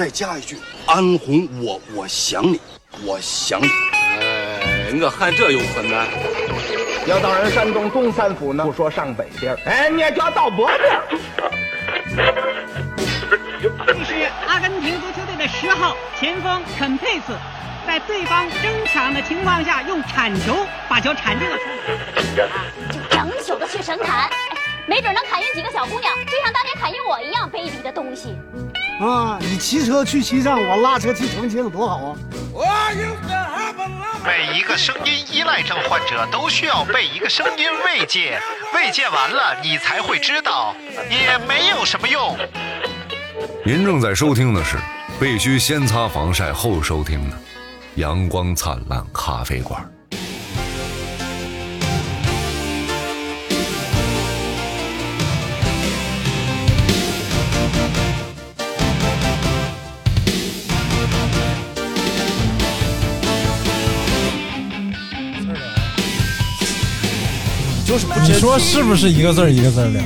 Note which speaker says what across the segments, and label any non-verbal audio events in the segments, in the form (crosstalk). Speaker 1: 再加一句：“安红，我我想你，我想你。
Speaker 2: 哎，我看这又很难。
Speaker 3: 要到人山东东三府呢，不说上北边儿，哎，你也就要到北边儿。
Speaker 4: 是阿根廷足球队的十号前锋肯佩斯，在对方争抢的情况下，用铲球把球铲进了出门。
Speaker 5: 就整宿的去神砍，哎没准能砍晕几个小姑娘，就像当年砍晕我一样卑鄙的东西。
Speaker 6: 啊，你骑车去西藏，我拉车去重庆，多好啊！
Speaker 7: 每一个声音依赖症患者都需要被一个声音慰藉，慰藉完了，你才会知道也没有什么用。
Speaker 8: 您正在收听的是必须先擦防晒后收听的《阳光灿烂咖啡馆》。
Speaker 9: 就是不
Speaker 10: 你
Speaker 9: 知
Speaker 10: 说是不是一个字儿一个字儿聊？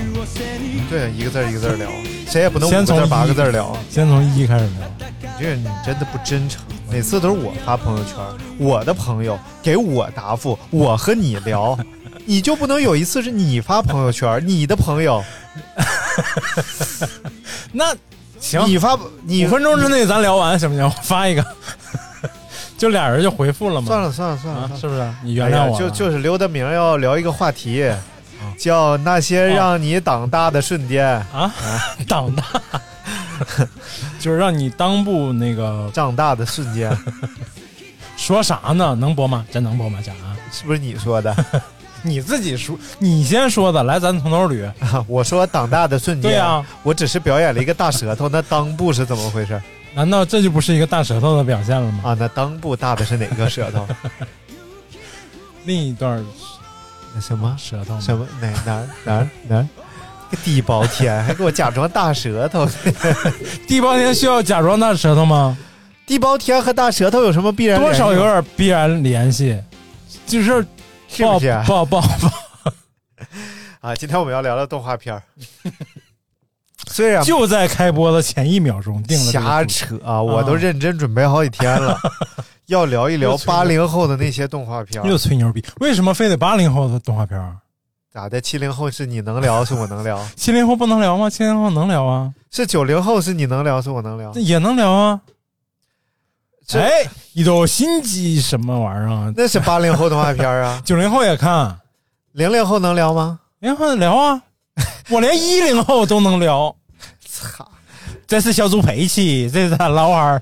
Speaker 9: 对，一个字儿一个字儿聊，谁也不能五
Speaker 10: 先
Speaker 9: 个字
Speaker 10: 从
Speaker 9: 儿
Speaker 10: 一
Speaker 9: 八个字儿聊。
Speaker 10: 先从一开始聊。
Speaker 9: 你这人你真的不真诚，每次都是我发朋友圈，我的朋友给我答复，我和你
Speaker 10: (laughs)
Speaker 9: 聊，你就不能有一次是你发朋友圈，你的朋友，
Speaker 10: 那行，
Speaker 9: 你发你
Speaker 10: 五分钟之内咱聊完行不行？我发一个，就俩人就回复了嘛。
Speaker 9: 算了算了算了
Speaker 10: 啊，
Speaker 9: 算了，
Speaker 10: 是不是？你
Speaker 9: 哎
Speaker 10: 原
Speaker 9: 呀
Speaker 10: 谅我了、啊
Speaker 9: 就就是刘德明要聊一个话题，叫那些让你长大的瞬间，
Speaker 10: 啊，长大，就是让你当不那个
Speaker 9: 长大的瞬
Speaker 10: (laughs)
Speaker 9: 间，
Speaker 10: 说啥呢？能播吗？真能播吗？讲啊，
Speaker 9: 是不是你说的？ (laughs)
Speaker 10: 你自己说，你先说的，来，咱从头
Speaker 9: 哎
Speaker 10: 捋。
Speaker 9: 我说长大的瞬间，
Speaker 10: 对啊
Speaker 9: 我只是表演了一个大舌头，那裆部是怎么 (laughs) 回事
Speaker 10: 难道这就不是一个大舌头的表现了吗？
Speaker 9: 啊？那裆部大的是哪个舌头？
Speaker 10: 另一段
Speaker 9: 那 (laughs) 什么
Speaker 10: 舌头吗
Speaker 9: 什么哪哪儿哪儿哪儿？个地包天还给我假装大舌头，
Speaker 10: 地包天需要假装大舌头吗？
Speaker 9: (laughs) 地包天和大舌头有什么必然
Speaker 10: 多
Speaker 9: 联系吗？
Speaker 10: 少有点必然联系，就是
Speaker 9: 啊是不是啊
Speaker 10: 爆爆爆爆
Speaker 9: (laughs) 啊？今天我们要聊聊动画 (laughs) 片儿，虽然
Speaker 10: 就在开播的前一秒钟定了这
Speaker 9: 瞎
Speaker 10: 个主题。
Speaker 9: 扯啊，我都认真准备好几天 (laughs) 了，要聊一聊八零后的那些动画片儿。
Speaker 10: 又吹牛逼，为什么非得八零后的动画片儿？啊
Speaker 9: 咋的？七零后是你能聊，是我能 (laughs) 聊；
Speaker 10: 七零后不能聊吗？七零后能聊啊，
Speaker 9: 是九零后是你能聊，是我能聊。
Speaker 10: 也能聊啊。
Speaker 9: 这
Speaker 10: 哎，一种心机什么玩意儿啊？，
Speaker 9: 那是八零后动画片儿啊
Speaker 10: 九零后也看，
Speaker 9: 零零后能聊吗？
Speaker 10: 零后聊啊，我连一零后都能聊。
Speaker 9: 操
Speaker 10: 这是小猪佩奇，这是老二，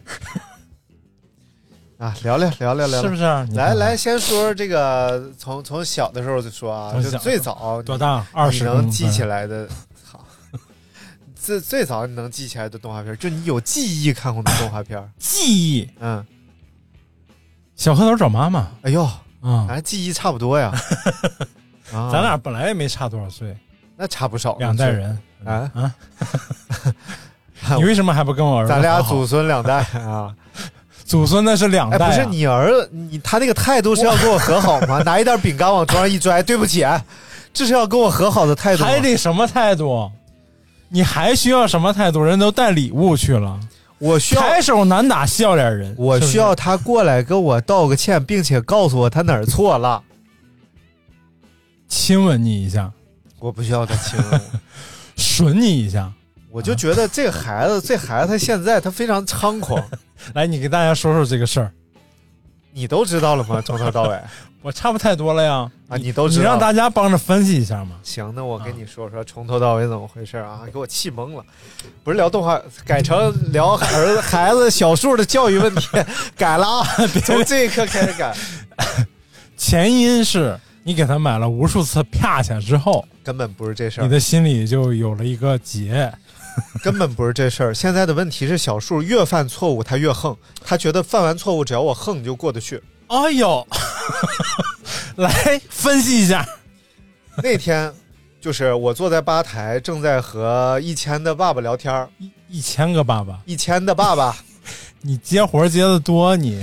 Speaker 9: 啊！聊聊聊聊聊，
Speaker 10: 是不是？你
Speaker 9: 来
Speaker 10: 看
Speaker 9: 来，，先说这个，从从小的时候就说啊，
Speaker 10: 从
Speaker 9: 就
Speaker 10: 小
Speaker 9: 最早
Speaker 10: 多大？二
Speaker 9: 你
Speaker 10: 十，
Speaker 9: 能记起来的，操！最最早你能记起来的动画片，就你有记忆看过的动画片
Speaker 10: (laughs) 记忆。
Speaker 9: 嗯，
Speaker 10: 小蝌蚪找妈妈
Speaker 9: 哎呦，
Speaker 10: 啊、
Speaker 9: 咱记忆差不
Speaker 10: (laughs)
Speaker 9: 多呀，啊
Speaker 10: 咱俩本来也没差多少岁，
Speaker 9: 那差不少，
Speaker 10: 两代人。
Speaker 9: 啊，
Speaker 10: 啊！你为什么还不跟我儿子
Speaker 9: 咱俩
Speaker 10: 好好
Speaker 9: 祖孙两代
Speaker 10: (laughs)
Speaker 9: 啊，
Speaker 10: 祖孙那是两代
Speaker 9: 哎，
Speaker 10: 啊、
Speaker 9: 不是你儿子，你他那个态度是要跟我和好
Speaker 10: (laughs)
Speaker 9: 吗？拿一袋饼干往桌上一拽，对不起，啊这是要跟我和好的态度吗。啊
Speaker 10: 还得什么态度？你还需要什么态度？人都带礼物去了，
Speaker 9: 我需要
Speaker 10: 抬手难打笑脸人。
Speaker 9: 我
Speaker 10: 是不是
Speaker 9: 需要他过来跟我道个歉，并且告诉我他哪儿错了。
Speaker 10: 亲吻你一下，
Speaker 9: (laughs) 我不需要他亲我，
Speaker 10: 吮你一下。
Speaker 9: (laughs) 我就觉得这孩子，这孩子他现在他非常猖 (laughs) 狂，
Speaker 10: 来，你给大家说说这个事儿，
Speaker 9: 你都知道了吗？从头到尾啊，
Speaker 10: 我差不太多了呀。
Speaker 9: 你都
Speaker 10: 你
Speaker 9: 知道
Speaker 10: 让
Speaker 9: 了。
Speaker 10: 大家帮着分析一下嘛。
Speaker 9: 行，那我跟你说说从头到尾怎么回事啊？给我气懵了，不是聊动画，改成聊儿子孩子小树的教育问题，改了啊，从这一刻开始改，
Speaker 10: 前因是你给他买了无数次啪下之后，
Speaker 9: (laughs) 根本不是这事
Speaker 10: 你
Speaker 9: 儿，
Speaker 10: 的心里就有了一个结。
Speaker 9: 根本不是这事儿。现在的问题是，小树越犯错误他越横，他觉得犯完错误只要我横就过得去。
Speaker 10: 哎呦， (laughs) 来分析一下。
Speaker 9: 那天就是我坐在吧台，正在和一千的爸爸聊天儿。
Speaker 10: 一一千个爸爸，
Speaker 9: 一千的爸爸，
Speaker 10: 你接活儿接的多，你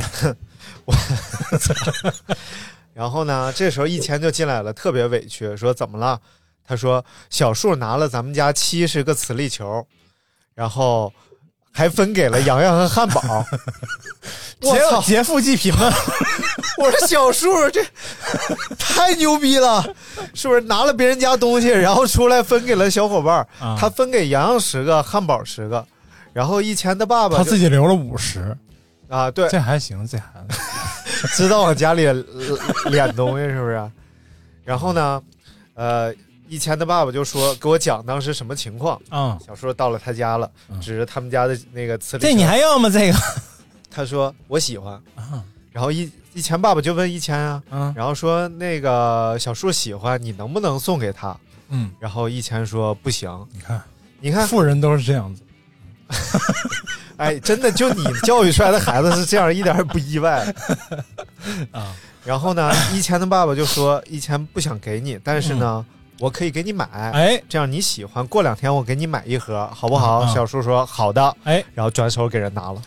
Speaker 9: 然后呢，这时候一千就进来了，特别委屈，说怎么了？他说小树拿了咱们家七十个磁力球，然后还分给了洋洋和汉堡。我操！
Speaker 10: 劫富济贫了，
Speaker 9: (laughs) 我说小树这太牛逼了，是不是拿了别人家东西，然后出来分给了小伙伴儿？
Speaker 10: 啊
Speaker 9: 他分给洋洋十个，汉堡十个，然后一钱的爸爸
Speaker 10: 他
Speaker 9: 就
Speaker 10: 自己留了五十，
Speaker 9: 啊，对，
Speaker 10: 这还行，这还
Speaker 9: 知道往家里呃敛东西是不是？然后呢，呃，一钱的爸爸就说给我讲当时什么情况。
Speaker 10: 嗯，
Speaker 9: 小叔到了他家了，
Speaker 10: 嗯
Speaker 9: 指着他们家的那个磁力
Speaker 10: 这你
Speaker 9: 车
Speaker 10: 还要吗？这个
Speaker 9: 他说我喜欢，
Speaker 10: 啊，
Speaker 9: 然后一一钱爸爸就问一钱啊，
Speaker 10: 嗯
Speaker 9: 然后说那个小叔喜欢，你能不能送给他？
Speaker 10: 嗯，
Speaker 9: 然后一钱说不行，
Speaker 10: 你看
Speaker 9: 你看，
Speaker 10: 富人都是这样子，
Speaker 9: 哎，真的就你教育出来的孩子是这样，一点儿也不意外
Speaker 10: (laughs) 啊。
Speaker 9: 然后呢，一钱的爸爸就说一钱不想给你，但是呢，
Speaker 10: 嗯
Speaker 9: 我可以给你买。
Speaker 10: 哎
Speaker 9: 这样你喜欢，过两天我给你买一盒，好不好？
Speaker 10: 嗯嗯
Speaker 9: 小叔说好的，
Speaker 10: 哎，嗯
Speaker 9: 然后转手给人拿了。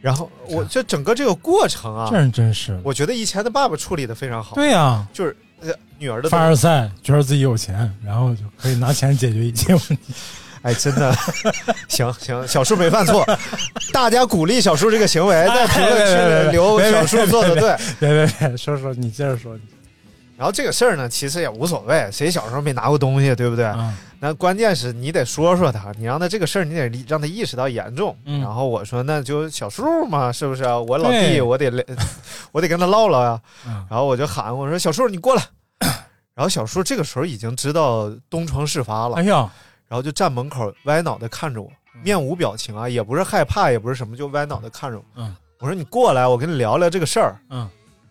Speaker 9: 然后我这整个这个过程啊
Speaker 10: 这，人真是的，
Speaker 9: 我觉得以前的爸爸处理的非常好，
Speaker 10: 对呀，
Speaker 9: 就是呃女儿的
Speaker 10: 凡尔赛，觉得自己有钱，然后就可以拿钱解决一切问
Speaker 9: (laughs)
Speaker 10: 题。
Speaker 9: 哎，真的，行行，小叔没犯错，大家鼓励小叔这个行为，在评论区
Speaker 10: 哎别别别别
Speaker 9: 里留
Speaker 10: 别别
Speaker 9: 小叔
Speaker 10: 别
Speaker 9: 做的
Speaker 10: 别
Speaker 9: 对。
Speaker 10: 别别别，说说你接着说，
Speaker 9: 然后这个事儿呢，其实也无所谓，谁小时候没拿过东西，对不对？
Speaker 10: 啊，
Speaker 9: 那关键是你得说说他，你让他这个事儿，你得让他意识到严重。
Speaker 10: 嗯
Speaker 9: 然后我说，那就小叔嘛，是不是啊？我老弟，
Speaker 10: 对
Speaker 9: 我得来 (laughs) 我得跟他唠唠呀、
Speaker 10: 嗯
Speaker 9: 然后我就喊我说：“小叔，你过来。” (coughs) 然后小叔这个时候已经知道东窗事发了，
Speaker 10: 哎呀，
Speaker 9: 然后就站门口歪脑袋看着我，面无表情啊，也不是害怕，也不是什么，就歪脑袋看着我。
Speaker 10: 嗯嗯
Speaker 9: 我说你过来，我跟你聊聊这个事儿。
Speaker 10: 嗯，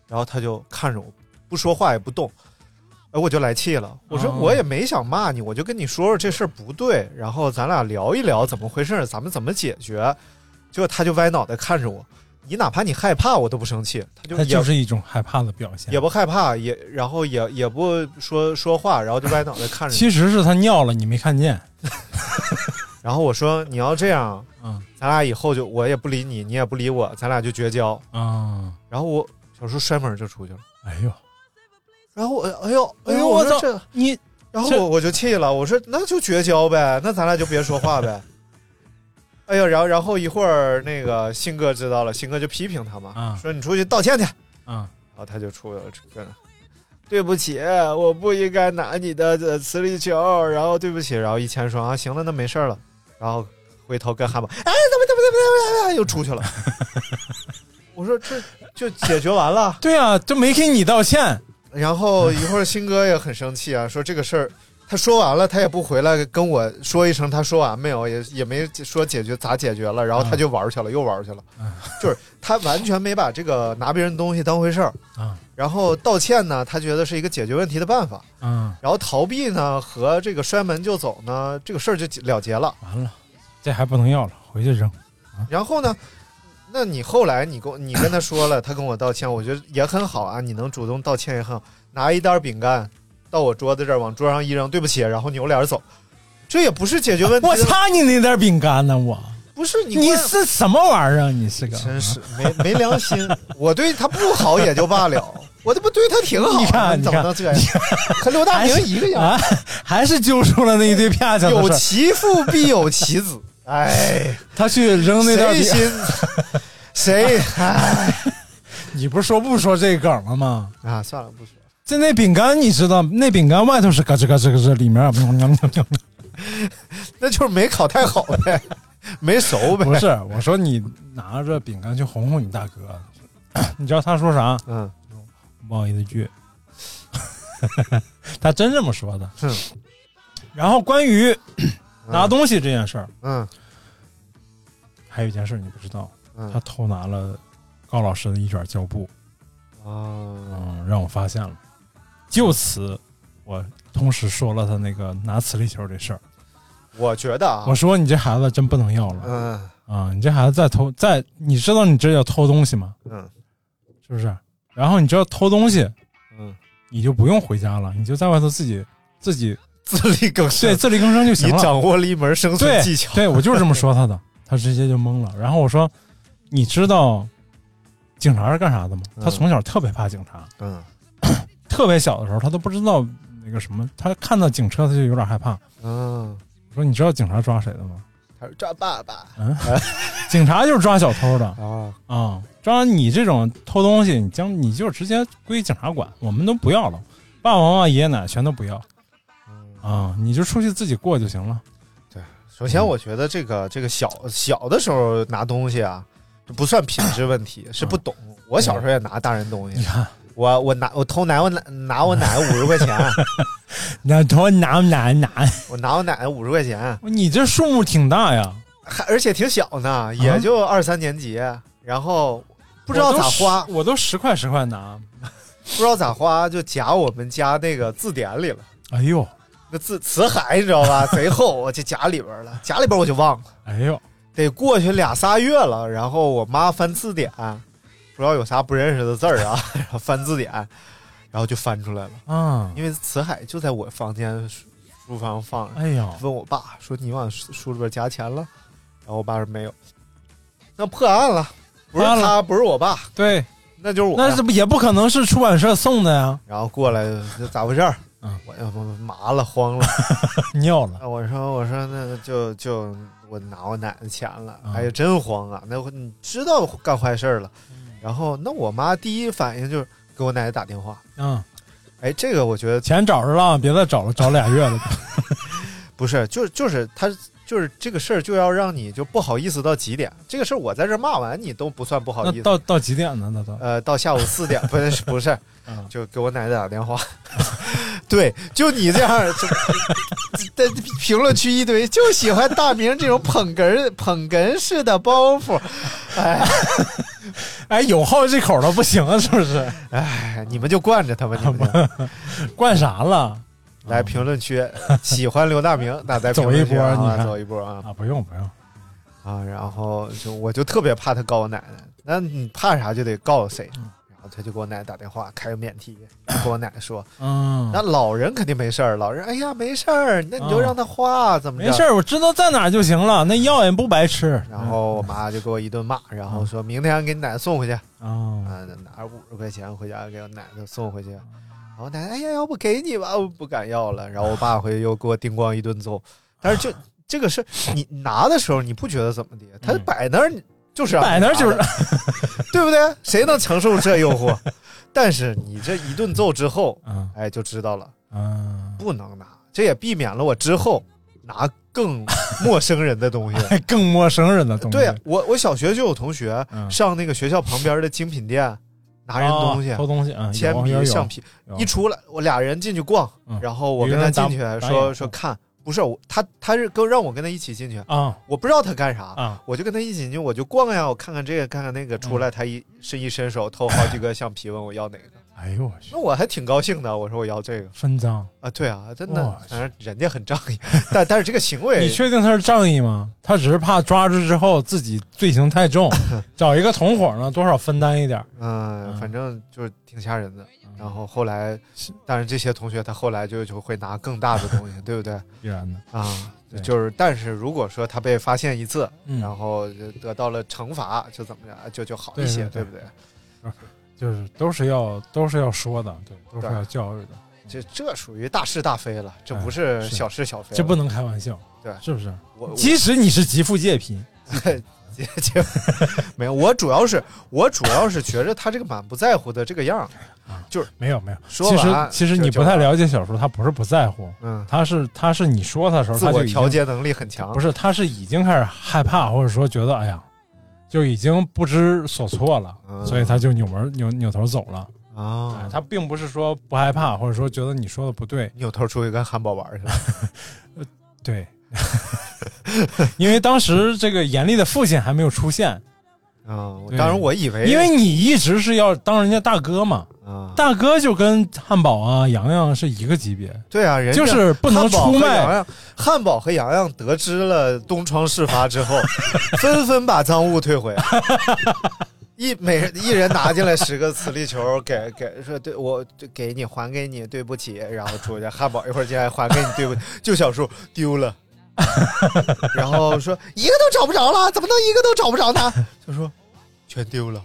Speaker 9: 然后他就看着我，不说话也不动。哎，我就来气了。我说
Speaker 10: 哦
Speaker 9: 我也没想骂你，我就跟你说说这事儿不对，然后咱俩聊一聊怎么回事儿，咱们怎么解决。结果他就歪脑袋看着我，你哪怕你害怕，我都不生气。他就
Speaker 10: 他
Speaker 9: 也
Speaker 10: 就是一种害怕的表现
Speaker 9: 也。不害怕，也然后也也不说说话，然后就歪脑袋看着你。
Speaker 10: 其实是他尿了，你没看见。
Speaker 9: 然后我说你要这样，
Speaker 10: 嗯
Speaker 9: 咱俩以后就我也不理你，你也不理我，咱俩就绝交。
Speaker 10: 啊，
Speaker 9: 然后我小叔摔门就出去了。
Speaker 10: 哎呦，
Speaker 9: 然后我哎呦哎
Speaker 10: 哎
Speaker 9: 呦，
Speaker 10: 呦
Speaker 9: 我
Speaker 10: 我
Speaker 9: 说
Speaker 10: 操
Speaker 9: 这，
Speaker 10: 你
Speaker 9: 然后
Speaker 10: 这
Speaker 9: 我我就气了，我说那就绝交呗，那咱俩就别说话呗。哎呦，然后然后一会儿那个新哥知道了，新哥就批评他嘛，
Speaker 10: 啊
Speaker 9: 说你出去道歉去。
Speaker 10: 啊，
Speaker 9: 然后他就出了这个，对不起，我不应该拿你的呃磁力球，然后对不起，然后一千说啊，行了，那没事儿了，然后回头跟汉堡，哎，怎么怎么怎么怎么，又出去了。 (laughs) 我说这就解决完了，
Speaker 10: 对啊，就没给你道歉。
Speaker 9: 然后一会儿新哥也很生气啊，说这个事儿。他说完了，他也不回来跟我说一声，他说完没有，也也没说解决咋解决了，然后他就玩儿去了，又玩儿去了，就是他完全没把这个拿别人东西当回事儿，
Speaker 10: 啊
Speaker 9: 然后道歉呢，他觉得是一个解决问题的办法。
Speaker 10: 嗯，
Speaker 9: 然后逃避呢和这个摔门就走呢，这个事儿就了结了。
Speaker 10: 完了，这还不能要了，回去扔。
Speaker 9: 然后呢，那你后来你跟你跟他说了，他跟我道歉，我觉得也很好啊，你能主动道歉也很好。拿一袋饼干到我桌子这儿，往桌上一扔，对不起，然后扭脸走，这也不是解决问题
Speaker 10: 我
Speaker 9: 的。
Speaker 10: 擦你那袋饼干呢？我
Speaker 9: 不是你
Speaker 10: 你
Speaker 9: 关
Speaker 10: 是什么玩意儿啊？你是个
Speaker 9: 真是没没良心。我对他不好也就罢
Speaker 10: (laughs)
Speaker 9: 了，我这不对他挺好，啊
Speaker 10: 你看
Speaker 9: 怎么能这样？和刘大
Speaker 10: 还
Speaker 9: 明
Speaker 10: 是
Speaker 9: 一个样。
Speaker 10: 啊，还是揪出了那一堆啪叽
Speaker 9: 有
Speaker 10: 的事儿。
Speaker 9: 其父必有其子，哎，
Speaker 10: 他去扔 (laughs) 那袋
Speaker 9: 谁
Speaker 10: 饼，
Speaker 9: 心谁
Speaker 10: (laughs)
Speaker 9: 哎
Speaker 10: 你不是说不说这梗了吗？
Speaker 9: 啊？算了，不说。
Speaker 10: 就那饼干，你知道，那饼干外头是嘎吱嘎吱嘎吱，里面啊喵喵喵喵。
Speaker 9: 那就是没烤太好呗，没熟呗。
Speaker 10: (laughs) 不是，我说你拿着饼干去哄哄你大哥， (clears throat) 你知道他说啥？
Speaker 9: 嗯，
Speaker 10: 不好意思去。 (laughs) 他真这么说的。
Speaker 9: 是
Speaker 10: 然后关于拿东西这件事儿，
Speaker 9: 嗯
Speaker 10: 还有一件事儿你不知道，
Speaker 9: 嗯
Speaker 10: 他偷拿了高老师的一卷胶布，
Speaker 9: 啊，
Speaker 10: 嗯，让我发现了。就此，我同时说了他那个拿磁力球这事儿。
Speaker 9: 我觉得啊
Speaker 10: 我，说你这孩子真不能要了
Speaker 9: 嗯
Speaker 10: 啊、你这孩子再偷再，你知道你这叫偷东西吗？
Speaker 9: 嗯
Speaker 10: 是不是？然后你知道偷东西，
Speaker 9: 嗯，
Speaker 10: 你就不用回家了，你就在外头自己自己
Speaker 9: 自力更
Speaker 10: 对
Speaker 9: 生，
Speaker 10: 自力更生就行
Speaker 9: 你
Speaker 10: 了。
Speaker 9: 掌握了一门生存
Speaker 10: 对
Speaker 9: 技巧。
Speaker 10: 对我就是
Speaker 9: (laughs)
Speaker 10: 这么说他的，他直接就懵了。然后我说：“你知道警察是干啥的吗？”
Speaker 9: 嗯
Speaker 10: 他从小特别怕警察，
Speaker 9: 嗯
Speaker 10: 特别小的时候他都不知道那个什么，他看到警车他就有点害怕。
Speaker 9: 嗯，
Speaker 10: 我说：“你知道警察抓谁的吗？
Speaker 9: 他说抓爸爸
Speaker 10: 嗯，警察就是抓小偷的
Speaker 9: 啊，
Speaker 10: 啊、抓你这种偷东西，你将你就直接归警察管，我们都不要了，爸爸妈妈、爷爷奶奶全都不要啊、你就出去自己过就行了。
Speaker 9: 首先，我觉得这个这个小小的时候拿东西啊，这不算品质问题，是不懂。我小时候也拿大人东
Speaker 10: 嗯你
Speaker 9: 西，
Speaker 10: 看，
Speaker 9: 我我拿我偷奶，我拿拿我奶五十块钱，
Speaker 10: 那头拿不拿拿？
Speaker 9: 我拿我奶五十块钱，
Speaker 10: 你这数目挺大呀，
Speaker 9: 还而且挺小呢，也就二三年级，然后不知道咋花
Speaker 10: 啊我都，十我都十块十块拿。
Speaker 9: 不知道咋花就夹我们家那个字典里了，
Speaker 10: 哎呦，
Speaker 9: 那字辞海你知道吧， (laughs) 贼厚，我就夹里边了，夹里边我就忘了。
Speaker 10: 哎呦，
Speaker 9: 得过去俩仨月了，然后我妈翻字典，不知道有啥不认识的字儿啊， (laughs) 然后翻字典，然后就翻出来了。
Speaker 10: 啊，
Speaker 9: 因为辞海就在我房间书书房放着，
Speaker 10: 哎呦，
Speaker 9: 问我爸说：“你往书书里边加钱了？”然后我爸说：“没有。”那破案了，不是
Speaker 10: 破案了
Speaker 9: 他，不是我爸，
Speaker 10: 对，
Speaker 9: 那就是我。
Speaker 10: 那这不也不可能是出版社送的 (laughs) 呀？
Speaker 9: 然后过来这咋回事儿？
Speaker 10: 嗯
Speaker 9: 我要不麻了，慌了。
Speaker 10: 尿了，
Speaker 9: 啊我说我说那就就我拿我奶奶钱了，
Speaker 10: 啊
Speaker 9: 哎呀真慌啊！那会你知道干坏事儿了，
Speaker 10: 嗯
Speaker 9: 然后那我妈第一反应就是给我奶奶打电话，
Speaker 10: 嗯，
Speaker 9: 哎，这个我觉得
Speaker 10: 钱找着了，别再找了，找俩月了。
Speaker 9: 不是，就就是他就是这个事儿就要让你就不好意思到极点，这个事儿我在这骂完你都不算不好
Speaker 10: 那
Speaker 9: 意思，
Speaker 10: (laughs) 到到几点呢？那都
Speaker 9: 呃，到下午四
Speaker 10: (laughs)
Speaker 9: 点不是不是
Speaker 10: 嗯，
Speaker 9: 就给我奶奶打电话。 (laughs) 对，就你这样，就在评论区一堆，就喜欢大明这种捧哏 (laughs) 捧哏式的包袱。哎
Speaker 10: 哎，有好这口的不行啊，是不是？
Speaker 9: 哎，你们就惯着他吧，你们就
Speaker 10: (laughs) 惯啥了？
Speaker 9: 来评论区，喜欢刘大明，那在评论区
Speaker 10: 走一波
Speaker 9: 啊，
Speaker 10: 你看
Speaker 9: 走一波啊
Speaker 10: 啊，不用不用，
Speaker 9: 啊！然后就我就特别怕他告我奶奶，那你怕啥就得告谁。
Speaker 10: 嗯
Speaker 9: 然后他就给我奶奶打电话，开个免提，跟我奶奶说，
Speaker 10: 嗯，
Speaker 9: 那老人肯定没事儿，老人哎呀没事儿，那你就
Speaker 10: 啊
Speaker 9: 让他花、怎么着？
Speaker 10: 没事。儿，我知道在哪儿就行了，那药也不白吃。
Speaker 9: 然后我妈就给我一顿
Speaker 10: 嗯
Speaker 9: 骂，然后说明天给你奶奶送回去，啊，
Speaker 10: 啊，
Speaker 9: 拿五十块钱回家给我奶奶送回去。然后奶奶哎呀，要不给你吧，我不敢要了。然后我爸回去又给我叮咣一顿揍，但
Speaker 10: (laughs)
Speaker 9: 是就这个事儿，你拿的时候你不觉得怎么的，他
Speaker 10: 嗯
Speaker 9: 摆那儿你就是让
Speaker 10: 摆
Speaker 9: 你
Speaker 10: 那儿
Speaker 9: 拿
Speaker 10: 就是
Speaker 9: 的，对不对？谁能承受这诱惑？ (laughs) 但是你这一顿揍之后，
Speaker 10: 嗯
Speaker 9: 哎，就知道了。
Speaker 10: 嗯，
Speaker 9: 不能拿，这也避免了我之后拿更陌生人的东西。
Speaker 10: (laughs) 还更陌生人的东西。
Speaker 9: 对啊我，我小学就有同学
Speaker 10: 嗯
Speaker 9: 上那个学校旁边的精品店拿人东西
Speaker 10: 啊，偷东西啊，
Speaker 9: 铅笔、橡皮，
Speaker 10: 有
Speaker 9: 一出来我俩人进去逛，
Speaker 10: 嗯
Speaker 9: 然后我
Speaker 10: 一个
Speaker 9: 跟他
Speaker 10: 人打
Speaker 9: 进去
Speaker 10: 打
Speaker 9: 说
Speaker 10: 眼
Speaker 9: 说
Speaker 10: 嗯
Speaker 9: 看，不是我他他是跟让我跟他一起进去，
Speaker 10: 啊
Speaker 9: 我不知道他干啥。
Speaker 10: 啊，
Speaker 9: 我就跟他一起进去，我就逛呀，我看看这个，看看那个。出
Speaker 10: 嗯
Speaker 9: 来，他一伸一伸手，偷好几个橡皮，问我要哪个。
Speaker 10: 哎呦我去
Speaker 9: 那，我还挺高兴的，我说我要这个。
Speaker 10: 分赃！
Speaker 9: 啊，对啊，真的
Speaker 10: 哇，
Speaker 9: 反正人家很仗义，但但是这个行为，
Speaker 10: 你确定他是仗义吗？他只是怕抓住之后自己罪行太 (laughs) 重，找一个同伙呢，多少分担一点儿。
Speaker 9: 嗯，
Speaker 10: 嗯
Speaker 9: 反正就是挺吓人的。
Speaker 10: 嗯
Speaker 9: 然后后来，当然这些同学他后来就就会拿更大的东西，对不对？
Speaker 10: 必然的，
Speaker 9: 啊，
Speaker 10: (laughs) 对
Speaker 9: 就是，但是如果说他被发现一次，
Speaker 10: 嗯
Speaker 9: 然后就得到了惩罚，就怎么着，就就好一
Speaker 10: 对
Speaker 9: 些，
Speaker 10: 对对
Speaker 9: 不对？
Speaker 10: 就是都是要都是要说的，对，都是要教育的，
Speaker 9: 这这属于大是大非了，这
Speaker 10: 哎
Speaker 9: 不是
Speaker 10: 是
Speaker 9: 小是小非了。
Speaker 10: 这不能开玩笑，
Speaker 9: 对
Speaker 10: 是不是？
Speaker 9: 我，我
Speaker 10: 即使你是极富界贫，
Speaker 9: 这这没有，我主要是我主要是觉着他这个满不在乎的这个样儿，
Speaker 10: 没有没有，
Speaker 9: 说
Speaker 10: 其实
Speaker 9: 完
Speaker 10: 其实
Speaker 9: 就
Speaker 10: 你
Speaker 9: 就
Speaker 10: 不太
Speaker 9: 完
Speaker 10: 了解小叔，他不是不在乎，
Speaker 9: 嗯，
Speaker 10: 他是他是你说他的时候，
Speaker 9: 自
Speaker 10: 他
Speaker 9: 我
Speaker 10: 就已
Speaker 9: 调
Speaker 10: 经
Speaker 9: 节能力很强
Speaker 10: 不。是，他是已经开始害怕，或者说觉得哎呀，就已经不知所措了，
Speaker 9: 嗯
Speaker 10: 所以他就扭门扭扭头走了、哎
Speaker 9: 啊，
Speaker 10: 他并不是说不害怕，或者说觉得你说的不对，
Speaker 9: 扭头出去跟汉堡玩去了。
Speaker 10: 对， (laughs) 因为当时这个严厉的父亲还没有出现，
Speaker 9: 嗯，
Speaker 10: 对
Speaker 9: 当然我以为，
Speaker 10: 因为你一直是要当人家大哥嘛，
Speaker 9: 啊，
Speaker 10: 大哥就跟汉堡啊、洋洋是一个级别，
Speaker 9: 对啊，人家
Speaker 10: 就是不能
Speaker 9: 汉堡
Speaker 10: 出
Speaker 9: 和洋
Speaker 10: 卖。
Speaker 9: 洋。汉堡和洋洋得知了东窗事发之后，纷纷把赃物退回。 (laughs) 一每一人拿进来十个磁力球，给给说对我对给你还给你，对不起，然后出去汉堡一会儿进来还给你，对不起，就小叔丢了，然后说一个都找不着了，怎么能一个都找不着呢？就说全丢了，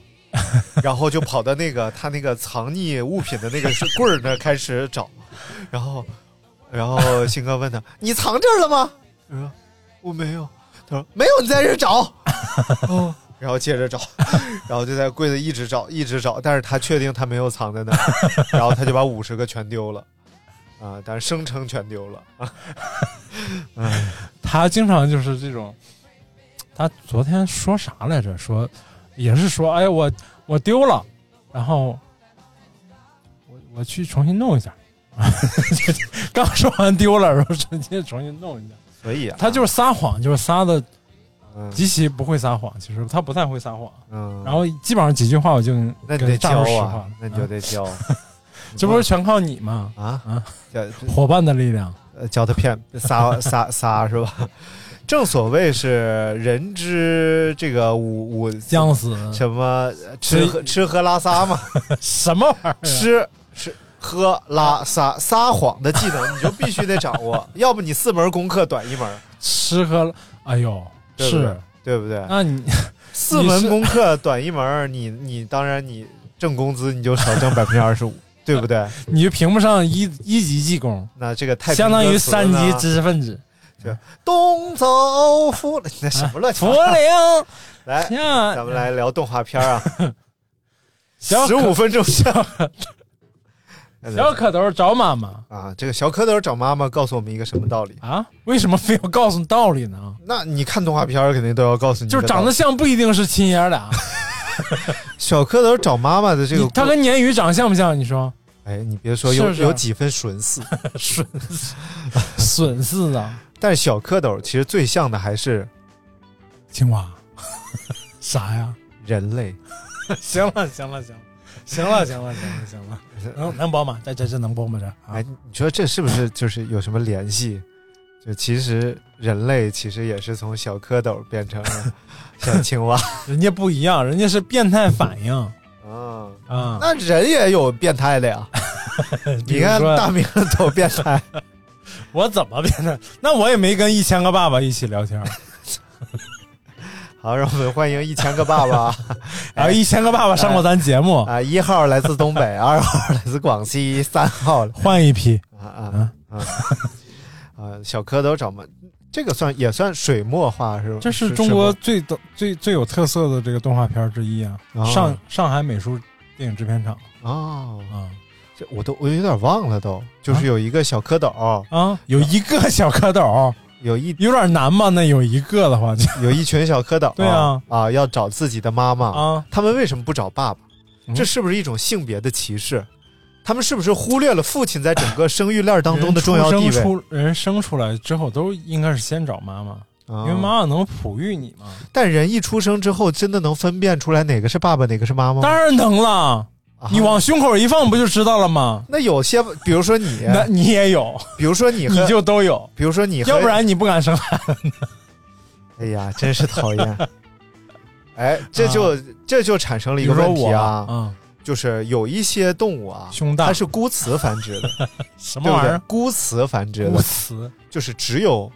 Speaker 9: 然后就跑到那个他那个藏匿物品的那个棍儿那儿开始找，然后然后新哥问他：“你藏这儿了吗？”他说：“我没有。”他说没有，你在这儿找。哦，然后接着找，然后就在柜子一直找，一直找，但是他确定他没有藏在那儿，然后他就把五十个全丢了，啊，但是声称全丢了啊。
Speaker 10: 他经常就是这种，他昨天说啥来着？说也是说，哎，我我丢了，然后我我去重新弄一下。 (laughs) 刚说完丢了，然后直接重新弄一下。
Speaker 9: 所以啊，
Speaker 10: 他就是撒谎，就是撒的
Speaker 9: 嗯
Speaker 10: 极其不会撒谎。其实他不太会撒谎，
Speaker 9: 嗯，
Speaker 10: 然后基本上几句话我就
Speaker 9: 那你
Speaker 10: 给
Speaker 9: 得
Speaker 10: 大
Speaker 9: 教
Speaker 10: 头实话
Speaker 9: 啊，那你就
Speaker 10: 嗯
Speaker 9: 得教
Speaker 10: (laughs) 这不是全靠你吗？
Speaker 9: 啊
Speaker 10: 啊
Speaker 9: 教
Speaker 10: 伙伴的力量。
Speaker 9: 呃教他骗撒撒撒是吧？正所谓是人之这个五五
Speaker 10: 将死
Speaker 9: 什么呃吃喝吃喝拉撒嘛，
Speaker 10: (laughs) 什么玩意儿？
Speaker 9: 吃吃喝拉撒撒谎的技能，你就必须得掌
Speaker 10: (laughs)
Speaker 9: 握，要不你四门功课短一门，
Speaker 10: 吃喝了，哎呦，
Speaker 9: 对不对
Speaker 10: 是，
Speaker 9: 对不对？
Speaker 10: 那你
Speaker 9: 四门功课短一门，你你当然你挣工资你就少挣百分之二
Speaker 10: (laughs)
Speaker 9: 十五，对不对？
Speaker 10: 你就评不上一一级技工，
Speaker 9: 那这个太
Speaker 10: 相当于三级
Speaker 9: 之
Speaker 10: 知识分子。
Speaker 9: 东走福，那什么乱七
Speaker 10: 福
Speaker 9: 八糟
Speaker 10: 灵， (laughs)
Speaker 9: 来，咱
Speaker 10: 像
Speaker 9: 们来聊动画片啊，
Speaker 10: (laughs) 小
Speaker 9: 十五分钟小
Speaker 10: (laughs) 小可头找妈妈
Speaker 9: (laughs) 啊，这个小蝌蚪找妈妈告诉我们一个什么道理？
Speaker 10: 啊？为什么非要告诉道理呢？
Speaker 9: 那你看动画片儿肯定都要告诉你一
Speaker 10: 就
Speaker 9: 个道理，
Speaker 10: 是长得像不一定是亲爷儿俩，
Speaker 9: 小蝌蚪找妈妈的这个
Speaker 10: 你，他跟鲶鱼长像不像？你说
Speaker 9: 哎，你别说，有
Speaker 10: 是不是
Speaker 9: 有几分纯似，
Speaker 10: (laughs) 损损啊似的
Speaker 9: 但是小蝌蚪其实最像的还是
Speaker 10: 青蛙， (laughs) 啥呀？
Speaker 9: 人类。
Speaker 10: (laughs) 行了，行了，行了。行了， (laughs) 行了，行了，行了，嗯能能播吗？这这这能播吗？这
Speaker 9: 哎，
Speaker 10: 啊，
Speaker 9: 你说这是不是就是有什么联系？就其实人类其实也是从小蝌蚪变成
Speaker 10: (laughs)
Speaker 9: 了小青蛙
Speaker 10: 人家不一样，人家是变态反应
Speaker 9: 啊。
Speaker 10: 啊。
Speaker 9: 那人也有变态的 (laughs) 呀，
Speaker 10: 比
Speaker 9: 你
Speaker 10: 如
Speaker 9: 看
Speaker 10: 说
Speaker 9: 大明多变态， (laughs)
Speaker 10: 我怎么变态？那我也没跟一千个爸爸一起聊天儿，
Speaker 9: 好，让我们欢迎一千个爸爸
Speaker 10: (laughs)
Speaker 9: 哎
Speaker 10: 然啊后一千个爸爸上过咱节目，
Speaker 9: 啊！一号来自东北，二号来自广西，三号
Speaker 10: 换一批
Speaker 9: 啊啊啊 (laughs) 啊！小蝌蚪找妈，这个算也算水墨画是吧？
Speaker 10: 这是中
Speaker 9: 水
Speaker 10: 国
Speaker 9: 墨
Speaker 10: 最的最最有特色的这个动画片之一啊！
Speaker 9: 哦
Speaker 10: 上上海美术电影制片厂
Speaker 9: 哦，
Speaker 10: 啊
Speaker 9: 这我都我有点忘了都，就是有一个小蝌蚪，
Speaker 10: 啊，有一个小蝌蚪，
Speaker 9: 有一
Speaker 10: 有点难吧？那有一个的话就
Speaker 9: 有一群小蝌蚪，
Speaker 10: 对啊
Speaker 9: 啊，要找自己的妈妈，
Speaker 10: 啊，
Speaker 9: 他们为什么不找爸爸？
Speaker 10: 嗯
Speaker 9: 这是不是一种性别的歧视？他们是不是忽略了父亲在整个生育链当中的重要地
Speaker 10: 人
Speaker 9: 位？
Speaker 10: 出生出人生出来之后都应该是先找妈妈，
Speaker 9: 因
Speaker 10: 因为妈妈能哺育你嘛。
Speaker 9: 啊但人一出生之后，真的能分辨出来哪个是爸爸，哪个是妈妈吗？
Speaker 10: 当然能了，
Speaker 9: 哦啊
Speaker 10: 你往胸口一放不就知道了吗？
Speaker 9: 那有些，比如说你，
Speaker 10: 那你也有，
Speaker 9: 比如说你和，
Speaker 10: 你就都有，
Speaker 9: 比如说你和，
Speaker 10: 要不，然你不敢生孩子。
Speaker 9: 哎呀，真是讨
Speaker 10: (laughs)
Speaker 9: 厌。哎，这就、这就产生了一个问题啊，
Speaker 10: 啊，
Speaker 9: 就是有一些动物啊，
Speaker 10: 胸大
Speaker 9: 它是孤雌繁殖的，
Speaker 10: (laughs) 什么
Speaker 9: 对不
Speaker 10: 玩意
Speaker 9: 对
Speaker 10: 儿？？
Speaker 9: 孤雌繁殖
Speaker 10: 无
Speaker 9: 的，
Speaker 10: 雌
Speaker 9: 就是只有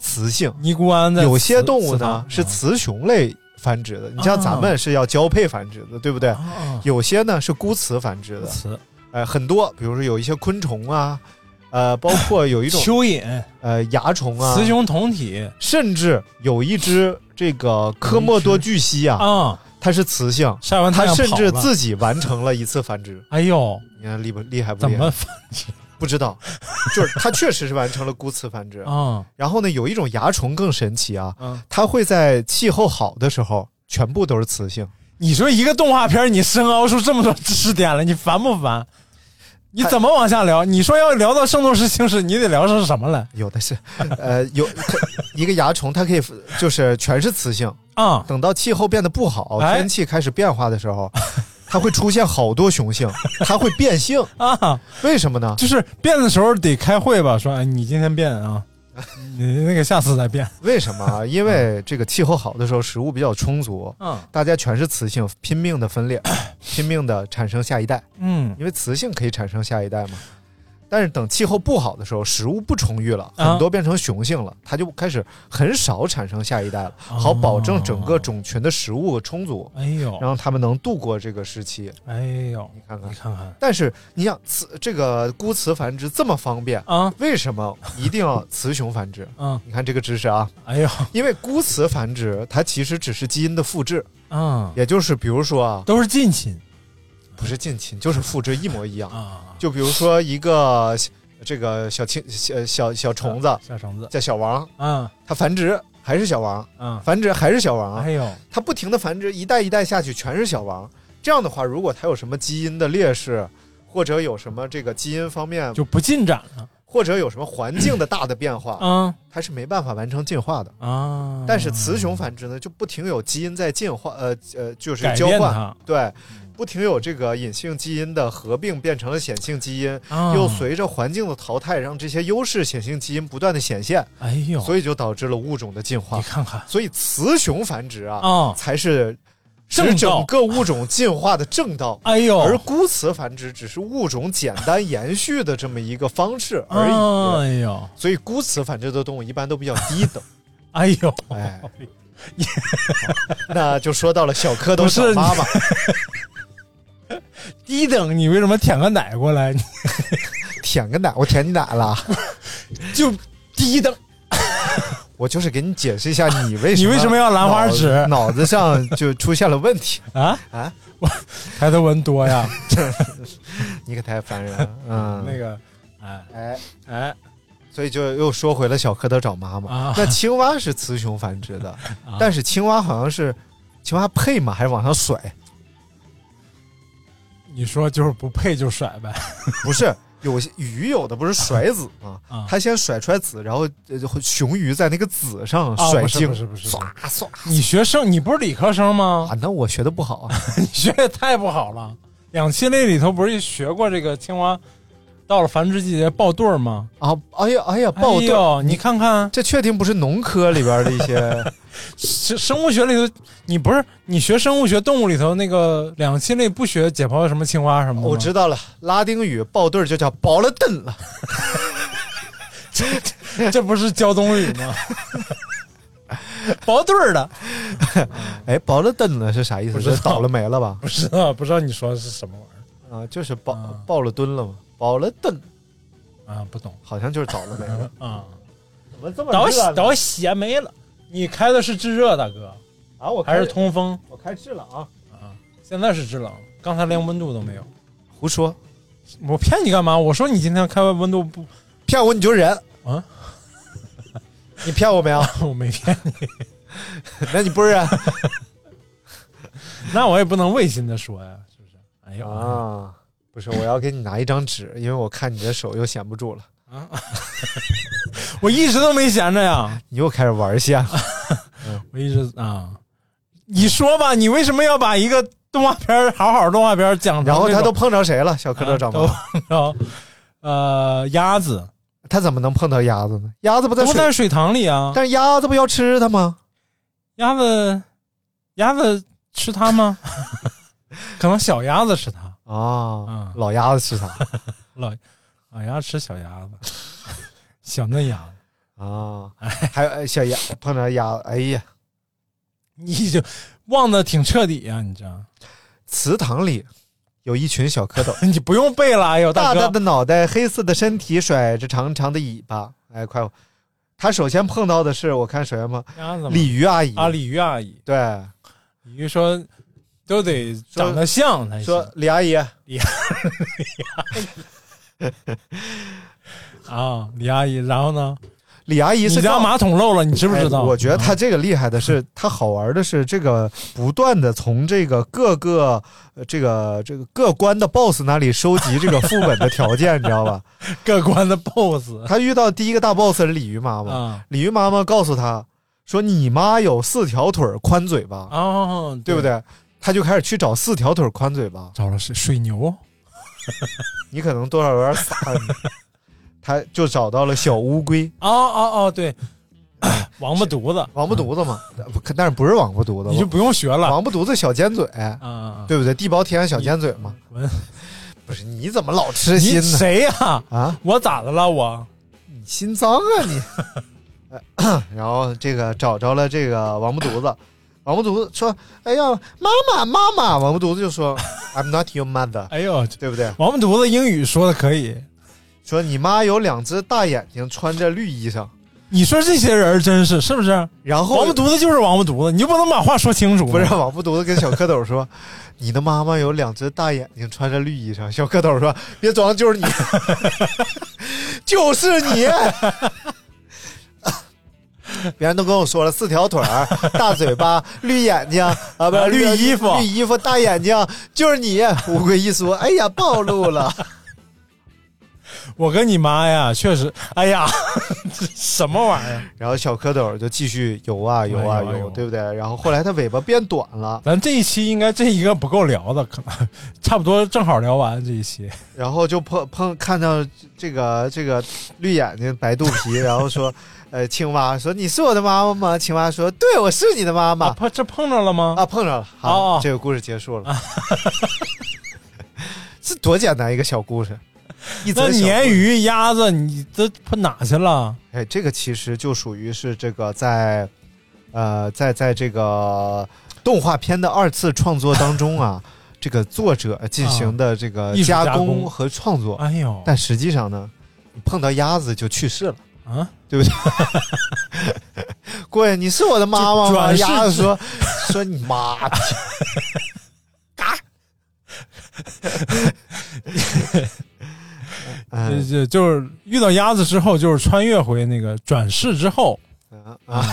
Speaker 9: 雌性。
Speaker 10: 尼姑庵的
Speaker 9: 有些动物
Speaker 10: 雌啊
Speaker 9: 呢
Speaker 10: 的
Speaker 9: 是雌雄类繁殖的，你像咱们是要交配繁殖的，对不对？
Speaker 10: 啊，
Speaker 9: 有些呢是孤雌繁殖的，
Speaker 10: 雌
Speaker 9: 呃，很多，比如说有一些昆虫啊，呃，包括有一
Speaker 10: (laughs)
Speaker 9: 种
Speaker 10: 蚯蚓，
Speaker 9: 呃蚜虫啊，
Speaker 10: 雌雄同体
Speaker 9: 甚至有一只这个科莫多巨蜥啊，
Speaker 10: 啊，
Speaker 9: 它是雌性，
Speaker 10: 晒完太
Speaker 9: 它
Speaker 10: 阳
Speaker 9: 甚
Speaker 10: 跑
Speaker 9: 至
Speaker 10: 了
Speaker 9: 自己完成了一次繁殖，
Speaker 10: 哎呦，
Speaker 9: 你看厉不厉害不
Speaker 10: 怎
Speaker 9: 厉害
Speaker 10: 么？反
Speaker 9: 不知道，就是它确实是完成了孤雌繁殖。
Speaker 10: (laughs) 啊？
Speaker 9: 然后呢，有一种蚜虫更神奇啊，
Speaker 10: 嗯
Speaker 9: 它会在气候好的时候，全部都是雌性。
Speaker 10: 你说一个动画片，你深凹出这么多知识点来，你烦不烦？你怎么往下聊？你说要聊到《圣斗士星矢》，你得聊成什么来 (laughs)
Speaker 9: 呃
Speaker 10: 啊？
Speaker 9: 等到气候变得不好，
Speaker 10: 哎
Speaker 9: 天气开始变化的时候，它会出现好多雄性，它会变性。
Speaker 10: 啊，
Speaker 9: 为什么呢？
Speaker 10: 就是变的时候得开会吧？说，哎，你今天变
Speaker 9: (laughs)
Speaker 10: 啊，你那个下次再变。
Speaker 9: 为什么
Speaker 10: (laughs)
Speaker 9: 啊？因为这个气候好的时候，食物比较充足，
Speaker 10: 嗯
Speaker 9: 大家全是雌性，拼
Speaker 10: (coughs)
Speaker 9: 命的分裂，拼命的产生下一代，
Speaker 10: 嗯，
Speaker 9: 因为雌性可以产生下一代嘛。但是等气候不好的时候，食物不充裕了，
Speaker 10: 啊
Speaker 9: 很多变成雄性了，它就开始很少产生下一代了，
Speaker 10: 哦
Speaker 9: 好保证整个种群的食物充足，
Speaker 10: 哎呦，
Speaker 9: 让它们能度过这个时期。
Speaker 10: 哎呦，
Speaker 9: 你看看
Speaker 10: 你，看看
Speaker 9: 但是你想雌这个孤雌繁殖这么方便，
Speaker 10: 啊，
Speaker 9: 为什么一定要雌雄繁殖？
Speaker 10: 嗯，
Speaker 9: 你看这个知识啊，
Speaker 10: 哎呦，
Speaker 9: 因为孤雌繁殖它其实只是基因的复制，
Speaker 10: 嗯，
Speaker 9: 也就是比如说啊，
Speaker 10: 都是近亲
Speaker 9: 不是近亲，就是复制一模一样。
Speaker 10: 啊，
Speaker 9: 就比如说一个这个小青小小小虫子
Speaker 10: 啊小虫子，
Speaker 9: 叫小王，
Speaker 10: 嗯
Speaker 9: 它繁殖还是小王，
Speaker 10: 嗯，
Speaker 9: 繁殖还是小王
Speaker 10: 哎，呦，
Speaker 9: 它不停的繁殖，一代一代下去全是小王。这样的话，如果它有什么基因的劣势，或者有什么这个基因方面，
Speaker 10: 就不进展了
Speaker 9: 或者有什么环境的大的变化，
Speaker 10: 啊
Speaker 9: 它是没办法完成进化的。
Speaker 10: 啊！
Speaker 9: 但是雌雄繁殖呢，就不停有基因在进化，呃呃，就是
Speaker 10: 改
Speaker 9: 交
Speaker 10: 变
Speaker 9: 换，
Speaker 10: 它，
Speaker 9: 对，不停有这个隐性基因的合并变成了显性基因，
Speaker 10: 啊
Speaker 9: 又随着环境的淘汰，让这些优势显性基因不断的显现，
Speaker 10: 哎呦，
Speaker 9: 所以啊就导致了物种的进化
Speaker 10: 你。看看
Speaker 9: 所以雌雄繁殖啊，
Speaker 10: 啊，
Speaker 9: 才是
Speaker 10: 正
Speaker 9: 使
Speaker 10: 道
Speaker 9: 整个物种进化的正道。
Speaker 10: 哎呦，
Speaker 9: 而孤雌繁殖只是物种简单延续的这么一个方式而已，
Speaker 10: 哎呦，
Speaker 9: 所以孤雌繁殖的动物一般都比较低等。
Speaker 10: 哎呦， (laughs)
Speaker 9: 哎，那就说到了小蝌蚪
Speaker 10: 不
Speaker 9: 小
Speaker 10: 是
Speaker 9: 妈妈，
Speaker 10: 低等，你为什么舔个奶过来？你 (laughs)
Speaker 9: 舔个奶，我舔你奶了。
Speaker 10: 就低等，
Speaker 9: (laughs) 我就是给你解释一下，你为什么
Speaker 10: 你为什么要兰花指
Speaker 9: 脑子脑子上就出现了问题。 (laughs)
Speaker 10: 啊
Speaker 9: 啊！
Speaker 10: 我抬头纹多呀，
Speaker 9: 你可太烦人了，嗯，
Speaker 10: (laughs) 那个，哎
Speaker 9: 哎，
Speaker 10: 哎，
Speaker 9: 所以就又说回了小蝌蚪找妈妈。
Speaker 10: 啊
Speaker 9: 那青蛙是雌雄繁殖
Speaker 10: (laughs)
Speaker 9: 的，但是青蛙好像是青蛙配吗？还是往上
Speaker 10: (laughs)
Speaker 9: 甩？
Speaker 10: 你说就是不配就甩呗，
Speaker 9: 不是，有些鱼有的不是甩子吗
Speaker 10: 啊？
Speaker 9: 它先甩出来子，然后呃雄鱼在那个子上
Speaker 10: 啊
Speaker 9: (laughs) 甩
Speaker 10: 不是
Speaker 9: 精，
Speaker 10: 不是不是不是
Speaker 9: 唰唰
Speaker 10: 你学生，你不是理科生吗
Speaker 9: 啊？！那我学的不好啊，
Speaker 10: 你学也太不好了。两栖类里头不是学过这个青蛙，到了繁殖季节抱对儿吗？
Speaker 9: 啊哎呀哎呀，爆
Speaker 10: 哎
Speaker 9: 豆。
Speaker 10: 呦你看看
Speaker 9: 这确定不是农科里边的一 (laughs) 些？
Speaker 10: 生生物学里头，你不是你学生物学动物里头那个两栖类不学解剖什么青蛙什么的吗
Speaker 9: 我知道了，拉丁语抱对儿就叫保了顿了。
Speaker 10: (laughs) 这不是胶东语吗？抱对儿的，
Speaker 9: 哎，保了顿了是啥意思？
Speaker 10: 不知道
Speaker 9: 是倒了霉了吧？
Speaker 10: 不知道不知道你说的是什么玩意
Speaker 9: 啊，就是抱
Speaker 10: 啊
Speaker 9: 抱了蹲了嘛，保了顿
Speaker 10: 儿啊？不懂
Speaker 9: 好像就是倒了霉 (laughs) 了。
Speaker 10: 啊，
Speaker 9: 怎么这么
Speaker 10: 倒
Speaker 9: 热呢
Speaker 10: 倒血没了。你开的是制热，大哥，
Speaker 9: 啊？我
Speaker 10: 还
Speaker 9: 开
Speaker 10: 是通风？
Speaker 9: 我开制了啊？
Speaker 10: 现在是制冷，刚才连温度都没有。
Speaker 9: 胡说，
Speaker 10: 嗯我骗你干嘛？我说你今天开完温度不， (laughs)
Speaker 9: 骗我你就忍
Speaker 10: 啊？
Speaker 9: (laughs) 你骗我没 (laughs) 有？
Speaker 10: 我没骗你，
Speaker 9: 那你不是人
Speaker 10: 那我也不能违心的说呀，是不是？哎呦啊
Speaker 9: 啊？不是，我要给你拿一张纸，因为我看你的手又闲不住了，
Speaker 10: 我一直都没闲
Speaker 9: (laughs)
Speaker 10: 着呀，
Speaker 9: 你又开始玩线 (laughs) 了。
Speaker 10: 我一直啊，你说吧，你为什么要把一个动画片儿好好动画片儿讲成
Speaker 9: 然后
Speaker 10: 这
Speaker 9: 他都
Speaker 10: 种
Speaker 9: 碰着谁了？小蝌蚪找妈妈，
Speaker 10: 啊都呃鸭子
Speaker 9: 他怎么能碰到鸭子呢？鸭子不在
Speaker 10: 都
Speaker 9: 水
Speaker 10: 在水塘里啊，
Speaker 9: 但是鸭子不要吃它吗？
Speaker 10: 鸭子鸭子吃它吗？ (laughs) 可能小鸭子吃它，
Speaker 9: 啊
Speaker 10: 嗯，
Speaker 9: 老鸭子吃 (laughs) 它
Speaker 10: 老老鸭哎吃小鸭子， (laughs) 小嫩鸭子。
Speaker 9: 啊，还有哎小鸭碰着鸭子，哎呀，
Speaker 10: 你就忘的挺彻底呀、你这，
Speaker 9: 祠堂里有一群小蝌蚪
Speaker 10: (laughs) 你不用背了，哎呦
Speaker 9: 大
Speaker 10: 哥，
Speaker 9: 大的脑袋，黑色的身体，甩着长长的尾巴，哎，快！他首先碰到的是，我看首先碰
Speaker 10: 鸭子嘛
Speaker 9: 鲤鱼阿哎姨，
Speaker 10: 啊，鲤鱼阿姨，
Speaker 9: 对，
Speaker 10: 鲤鱼说都得长得像才
Speaker 9: 说
Speaker 10: 行
Speaker 9: 李阿姨，
Speaker 10: 啊，李阿姨。然后呢，
Speaker 9: 李阿姨
Speaker 10: 你
Speaker 9: 是
Speaker 10: 家
Speaker 9: 干嘛
Speaker 10: 马桶漏了，你知不知道？嗯
Speaker 9: 哎我觉得
Speaker 10: (laughs)
Speaker 9: 他这个厉害的是，他好玩的是这个不断的从这个各个呃这个这个各关的 BOSS 那里收集这个副本的条件，你知
Speaker 10: (laughs)
Speaker 9: 道吧？
Speaker 10: 嗯各关的 BOSS
Speaker 9: 他遇到第一个大 BOSS 是鲤鱼妈妈，
Speaker 10: 啊，
Speaker 9: 鲤鱼妈妈告诉他说：“你妈有四条腿儿宽嘴巴，
Speaker 10: 哦，
Speaker 9: 对不？对？”他就开始去找四条腿儿宽嘴巴，
Speaker 10: 找了谁？水牛
Speaker 9: 你可能多少有点傻，
Speaker 10: (laughs)
Speaker 9: 他就找到了小乌龟，
Speaker 10: 哦哦哦，对， (coughs) 王八犊子，
Speaker 9: 王八犊子嘛，不但是不是王八犊子，
Speaker 10: 嗯你就不用学了
Speaker 9: 王八犊子小尖嘴，
Speaker 10: 啊啊！啊
Speaker 9: 对不对？地包天小尖嘴嘛，
Speaker 10: 滚！
Speaker 9: 不是，你怎么老吃
Speaker 10: 你
Speaker 9: 心呢？
Speaker 10: 谁呀、
Speaker 9: 啊，
Speaker 10: 我咋的了？我
Speaker 9: 你心脏啊你！呃 (coughs) 然后这个找着了这个王八犊子，王八犊子说：“哎呀，妈妈，妈妈！”王八犊子就说 (laughs) ：“I'm not your mother，
Speaker 10: 哎呦，
Speaker 9: 对不对？
Speaker 10: 王八犊子英语说的可以。
Speaker 9: 说你妈有两只大眼睛，穿着绿衣裳。
Speaker 10: 你说这些人真是是不是？”
Speaker 9: 然后
Speaker 10: 王八犊子就是王八犊子，你就不能把话说清楚吗？
Speaker 9: 不是王八犊子跟小蝌蚪说：“你的妈妈有两只大眼睛，穿着绿衣裳。”小蝌蚪说：“别装，就是你， (laughs) 就是你。”别人都跟我说了，四条腿儿、大嘴巴、绿眼睛啊，不是
Speaker 10: 绿衣服
Speaker 9: 绿衣服、大眼睛，就是你。乌龟一说：“哎呀，暴露了。 (laughs)
Speaker 10: 我跟你妈呀，确实，哎呀， (laughs) 这什么玩意儿？”
Speaker 9: 然后小蝌蚪就继续游啊游啊
Speaker 10: 游啊游
Speaker 9: 游，对不对？然后后来它尾巴变短了，
Speaker 10: 咱这一期应该这一个不够聊的，可能差不多正好聊完这一期。
Speaker 9: 然后就碰碰看到这个这个绿眼睛白肚皮，然后说，呃，青蛙说你是我的妈妈吗？青蛙说，对，我是你的妈妈
Speaker 10: 啊，碰这碰着了吗？
Speaker 9: 啊，碰上了，好，
Speaker 10: 哦
Speaker 9: 这个故事结束了， (laughs) 这多简单一个小故事，一则
Speaker 10: 那
Speaker 9: 小故
Speaker 10: 鲶，鱼、鸭子，你这碰哪去了？
Speaker 9: 哎，这个其实就属于是这个在，呃，在在这个动画片的二次创作当中啊，这个作者呃进行的这个
Speaker 10: 啊艺术加工
Speaker 9: 工和创作，
Speaker 10: 哎呦，
Speaker 9: 但实际上呢，你碰到鸭子就去世了。
Speaker 10: 啊，
Speaker 9: 对 (laughs) 不对？滚！你是我的妈妈
Speaker 10: 就
Speaker 9: 吗？
Speaker 10: 转世
Speaker 9: 鸭子说说你妈，嘎。
Speaker 10: 这
Speaker 9: 嗯
Speaker 10: 这就是遇到鸭子之后，就是穿越回那个转世之后，
Speaker 9: 啊啊！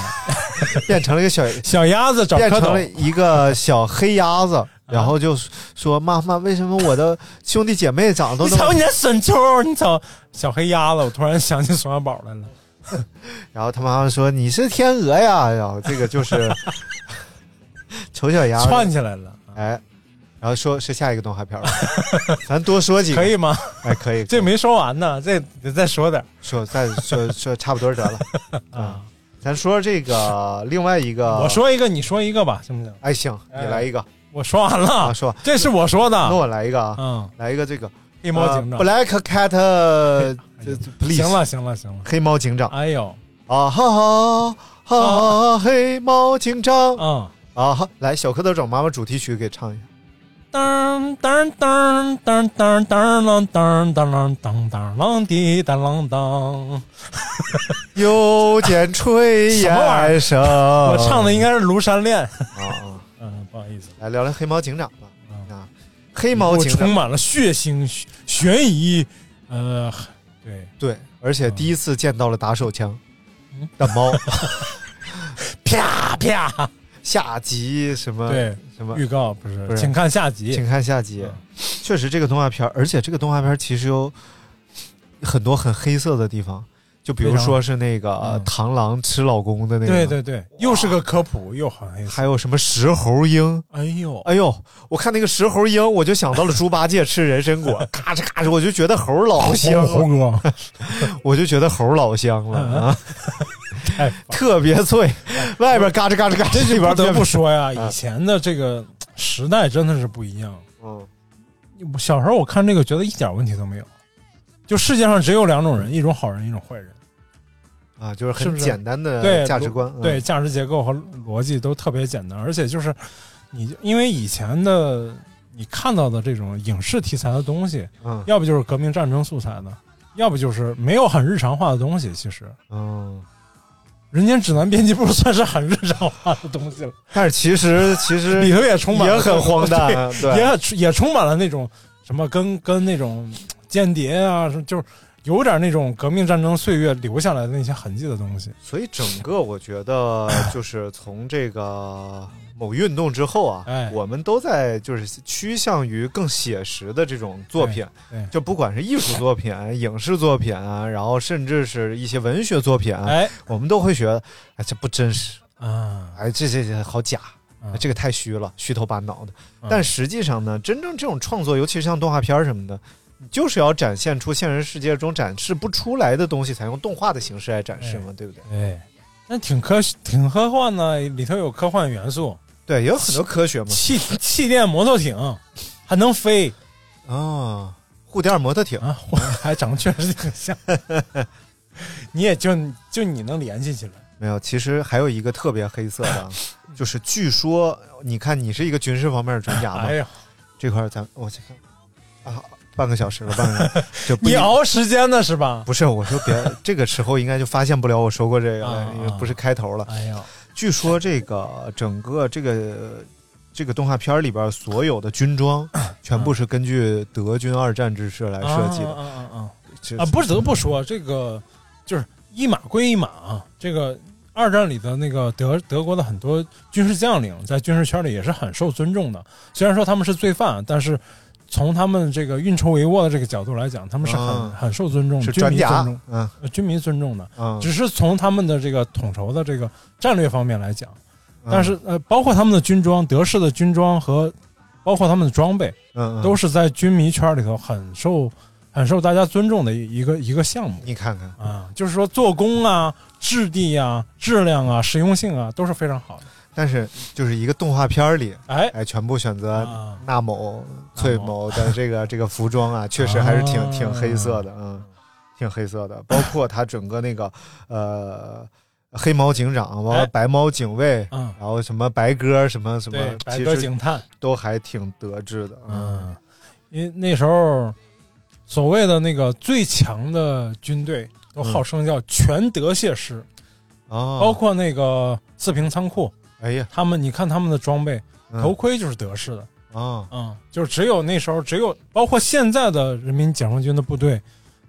Speaker 9: 变成了一个小，
Speaker 10: 小鸭嗯子找
Speaker 9: 变
Speaker 10: 蝌
Speaker 9: 成了
Speaker 10: 蚪，嗯
Speaker 9: 一个小黑鸭子，然后就说：“妈妈，为什么我的兄弟姐妹长得
Speaker 10: 你
Speaker 9: 都那
Speaker 10: 瞅
Speaker 9: 么
Speaker 10: 你那沈秋，你瞅小黑鸭子，我突然想起宋小宝来了。？”
Speaker 9: 然后他妈妈说：“你是天鹅呀！”然后这个就是
Speaker 10: (laughs)
Speaker 9: 丑小鸭子
Speaker 10: 串起来了，
Speaker 9: 哎，然后说是下一个动画片了，咱多说几个
Speaker 10: 可以吗？
Speaker 9: 哎，可以，
Speaker 10: 这没说完呢，这得再说点儿
Speaker 9: 说再说说差不多
Speaker 10: (laughs)
Speaker 9: 得了。嗯
Speaker 10: 啊。
Speaker 9: 咱说这个另外一个，
Speaker 10: 我说一个，你说一个吧，行不行？
Speaker 9: 哎行，你
Speaker 10: 哎
Speaker 9: 来一个
Speaker 10: 我说完了
Speaker 9: 啊，，说
Speaker 10: 这是我说
Speaker 9: 那
Speaker 10: 的。
Speaker 9: 我来一个啊，
Speaker 10: 嗯，
Speaker 9: 来一个这个
Speaker 10: 黑猫警
Speaker 9: 呃
Speaker 10: 长，
Speaker 9: Black Cat，呃
Speaker 10: (laughs) 哎呀
Speaker 9: please，
Speaker 10: 行了，行了，行了。
Speaker 9: 黑猫警长
Speaker 10: 哎呦，
Speaker 9: 啊哈哈哈哈，黑猫警长
Speaker 10: 嗯，
Speaker 9: 啊哈，来小蝌蚪找妈妈主题曲给唱一下。
Speaker 10: 当当当当当当啷当当啷当当啷滴当啷当。
Speaker 9: 又见炊
Speaker 10: 什么玩意
Speaker 9: 烟声，
Speaker 10: 我
Speaker 9: 我
Speaker 10: 唱的应该是《庐山恋》。
Speaker 9: 啊啊，
Speaker 10: 嗯，不好意思，
Speaker 9: 来聊聊黑猫警长吧
Speaker 10: 嗯
Speaker 9: 啊，黑猫
Speaker 10: 我
Speaker 9: 警长
Speaker 10: 充满了血腥、悬悬疑，呃，对，
Speaker 9: 对，而且第一次见到了打手枪
Speaker 10: 嗯
Speaker 9: 的猫，
Speaker 10: (laughs) 啪啪。
Speaker 9: 下集什么
Speaker 10: 对，嗯
Speaker 9: 什么
Speaker 10: 预，告不是
Speaker 9: 不，是
Speaker 10: 请看下集
Speaker 9: 请。看下集。确实，这个动画片儿，而且这个动画片儿其实有很多很黑色的地方，就比如
Speaker 10: 非常
Speaker 9: 说是那个呃
Speaker 10: 嗯
Speaker 9: 螳螂吃老公的那个，
Speaker 10: 对，对对，又是个科普，又好像
Speaker 9: 还有什么石猴鹰。
Speaker 10: 哎呦，
Speaker 9: 哎呦，我看那个石猴鹰，我就想到了猪八戒吃人参果，咔哧咔哧，我就觉得猴老
Speaker 10: (laughs)
Speaker 9: 香啊
Speaker 10: 猴
Speaker 9: 了，
Speaker 10: 哥，
Speaker 9: (laughs) 我就觉得猴老香了
Speaker 10: 嗯
Speaker 9: 啊，
Speaker 10: 太棒了
Speaker 9: (laughs) 特别脆，外边嘎吱嘎吱嘎吱，里边
Speaker 10: 不得
Speaker 9: 变
Speaker 10: 不说呀，
Speaker 9: 啊
Speaker 10: 以前的这个时代真的是不一样。
Speaker 9: 嗯
Speaker 10: 我小时候我看这个觉得一点问题都没有，就世界上只有两种人，一种好人，一种坏人。
Speaker 9: 啊，就是
Speaker 10: 是
Speaker 9: 很
Speaker 10: 不是
Speaker 9: 简单的
Speaker 10: 对
Speaker 9: 价值观，嗯
Speaker 10: 对，价值结构和逻辑都特别简单，而且就是你因为以前的你看到的这种影视题材的东西，
Speaker 9: 嗯
Speaker 10: 要不就是革命战争素材的，要不就是没有很日常化的东西。其实，《
Speaker 9: 嗯，
Speaker 10: 人间指南》编辑部 (laughs) 算是很日常化的东西了，
Speaker 9: 但是其实其实
Speaker 10: 里头也充满了
Speaker 9: 也很荒啊诞， (laughs) 对，
Speaker 10: 也很也充满了那种什么跟跟那种间谍啊，什么就是有点那种革命战争岁月留下来的那些痕迹的东西。
Speaker 9: 所以整个我觉得 (laughs) 就是从这个某运动之后啊，
Speaker 10: 哎
Speaker 9: 我们都在就是趋向于更写实的这种作品，
Speaker 10: 对对
Speaker 9: 就不管是艺术作品、影视作品啊，然后甚至是一些文学作品啊，
Speaker 10: 哎
Speaker 9: 我们都会觉得哎这不真实，
Speaker 10: 啊，
Speaker 9: 哎这这这好假。
Speaker 10: 嗯
Speaker 9: 这个太虚了，虚头巴脑的。
Speaker 10: 嗯
Speaker 9: 但实际上呢，真正这种创作，尤其是像动画片儿什么的，你就是要展现出现实世界中展示不出来的东西，才用动画的形式来展示嘛，对不对？
Speaker 10: 哎，那挺科挺科幻的，里头有科幻元素， (laughs)
Speaker 9: 对，也有很多科学嘛。
Speaker 10: 气气垫摩托艇还能飞，
Speaker 9: 啊、护垫摩托艇，
Speaker 10: 啊，
Speaker 9: (laughs)
Speaker 10: 我还长得确实挺像，你也就就你能联系起来，
Speaker 9: 没有，其实还有一个特别黑色的，啊
Speaker 10: (laughs)
Speaker 9: 就是据说，你看你是一个军事方面的专家嘛，
Speaker 10: 哎呀，
Speaker 9: 这块儿咱我去看啊，半个小时了，半个小
Speaker 10: (laughs)
Speaker 9: 时就不
Speaker 10: 你
Speaker 9: 一
Speaker 10: 熬时间呢是吧？
Speaker 9: 不是，我说别这个时候应该就发现不了我说过这个
Speaker 10: 啊
Speaker 9: 了，因为
Speaker 10: 啊
Speaker 9: 不是开头了。
Speaker 10: 哎呀，
Speaker 9: 据说这个整个这个这个动画片里边所有的军装，
Speaker 10: 嗯
Speaker 9: 全部是根据德军二战之势来设计的
Speaker 10: 啊啊啊啊
Speaker 9: 这
Speaker 10: 啊！不得不说，这个就是一码归一码啊，这个。二战里的那个德德国的很多军事将领，在军事圈里也是很受尊重的。虽然说他们是罪犯，但是从他们这个运筹帷幄的这个角度来讲，他们是很、
Speaker 9: 嗯
Speaker 10: 很受尊重，
Speaker 9: 是
Speaker 10: 军
Speaker 9: 专
Speaker 10: 民尊
Speaker 9: 家
Speaker 10: 重，，
Speaker 9: 嗯
Speaker 10: 呃军民尊重的。
Speaker 9: 嗯，
Speaker 10: 只是从他们的这个统筹的这个战略方面来讲，
Speaker 9: 嗯
Speaker 10: 但是呃，包括他们的军装，德式的军装和包括他们的装备，
Speaker 9: 嗯嗯
Speaker 10: 都是在军迷圈里头很受很受大家尊重的一一个一个项目
Speaker 9: 你看看。
Speaker 10: 啊，就是说做工啊、质地啊、质量啊、实用性啊都是非常好的。
Speaker 9: 但是就是一个动画片里，
Speaker 10: 哎，
Speaker 9: 哎，全部选择
Speaker 10: 啊，
Speaker 9: 纳某、翠某的这个这个服装
Speaker 10: (laughs)
Speaker 9: 啊，确实还是挺挺黑色的，嗯，挺黑色的。包括他整个那个呃黑猫警长，完了
Speaker 10: 哎
Speaker 9: 白猫警卫，
Speaker 10: 嗯，
Speaker 9: 然后什么白鸽什么什么
Speaker 10: 对，，白
Speaker 9: 嗯其
Speaker 10: 鸽
Speaker 9: 实
Speaker 10: 警探，
Speaker 9: 都还挺德制的，嗯
Speaker 10: 嗯，因为那时候所谓的那个最强的军队都号称叫全德械师。
Speaker 9: 哦，
Speaker 10: 包括那个四平仓库，
Speaker 9: 哎呀
Speaker 10: 他们你看他们的装备，
Speaker 9: 嗯
Speaker 10: 头盔就是德式的，
Speaker 9: 啊
Speaker 10: 嗯，就是只有那时候只有包括现在的人民解放军的部队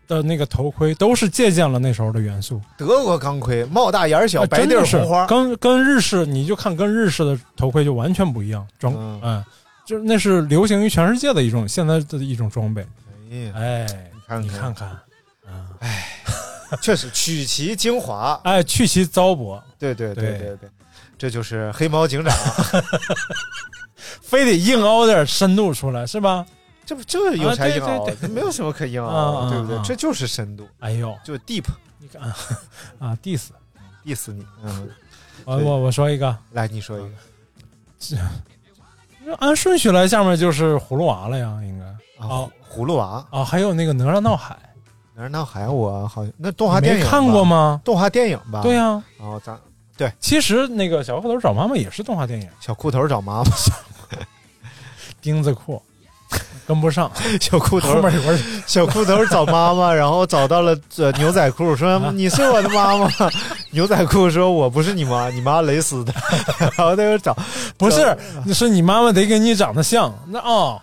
Speaker 10: 的那个头盔都是借鉴了那时候的元素，
Speaker 9: 德国钢盔，帽大眼儿小，
Speaker 10: 啊
Speaker 9: 白
Speaker 10: 真
Speaker 9: 底
Speaker 10: 的
Speaker 9: 儿
Speaker 10: 是
Speaker 9: 红花，
Speaker 10: 跟跟日式你就看跟日式的头盔就完全不一样，装
Speaker 9: 嗯
Speaker 10: 哎，就是那是流行于全世界的一种现在的一种装备，
Speaker 9: 哎呀，
Speaker 10: 哎，
Speaker 9: 看
Speaker 10: 你
Speaker 9: 看
Speaker 10: 看看，啊，
Speaker 9: 确实取其精华，
Speaker 10: (laughs) 哎，去其糟粕，
Speaker 9: 对对对
Speaker 10: 对
Speaker 9: 对对，这就是黑猫警长，
Speaker 10: 非得硬凹点深度出来是吧？
Speaker 9: 这不这有啥
Speaker 10: 啊对
Speaker 9: 硬凹
Speaker 10: 对
Speaker 9: 的？
Speaker 10: 对
Speaker 9: 没有什么可硬
Speaker 10: 啊
Speaker 9: 凹
Speaker 10: 啊
Speaker 9: 的，对不对
Speaker 10: 啊？
Speaker 9: 这就是深度，
Speaker 10: 哎呦，
Speaker 9: 就是 deep
Speaker 10: 你看啊啊，diss。
Speaker 9: 意思你。嗯，
Speaker 10: 我
Speaker 9: 对
Speaker 10: 我我说一个，
Speaker 9: 来你说一个
Speaker 10: 按顺序来，下面就是葫芦娃了呀，应该
Speaker 9: 啊
Speaker 10: 哦，
Speaker 9: 葫芦娃
Speaker 10: 啊，还有那个哪吒闹海，
Speaker 9: 哪儿闹海，我好像那动画电影
Speaker 10: 你没
Speaker 9: 吧
Speaker 10: 看过？吗？
Speaker 9: 动画电影吧？
Speaker 10: 对。呀、
Speaker 9: 哦，咱
Speaker 10: 其实那个小蝌蚪找妈妈也是动画电影，
Speaker 9: 小裤头找妈妈，
Speaker 10: 钉子裤跟不上，
Speaker 9: 小裤头
Speaker 10: 后面有人
Speaker 9: 小裤头找妈妈，然后找到了呃牛仔裤，说
Speaker 10: 啊
Speaker 9: 你是我的妈妈。 (laughs) 牛仔裤说我不是你妈， (laughs) 你妈勒死的。然后他又找，
Speaker 10: 不是，是你妈妈得跟你长得像，那哦，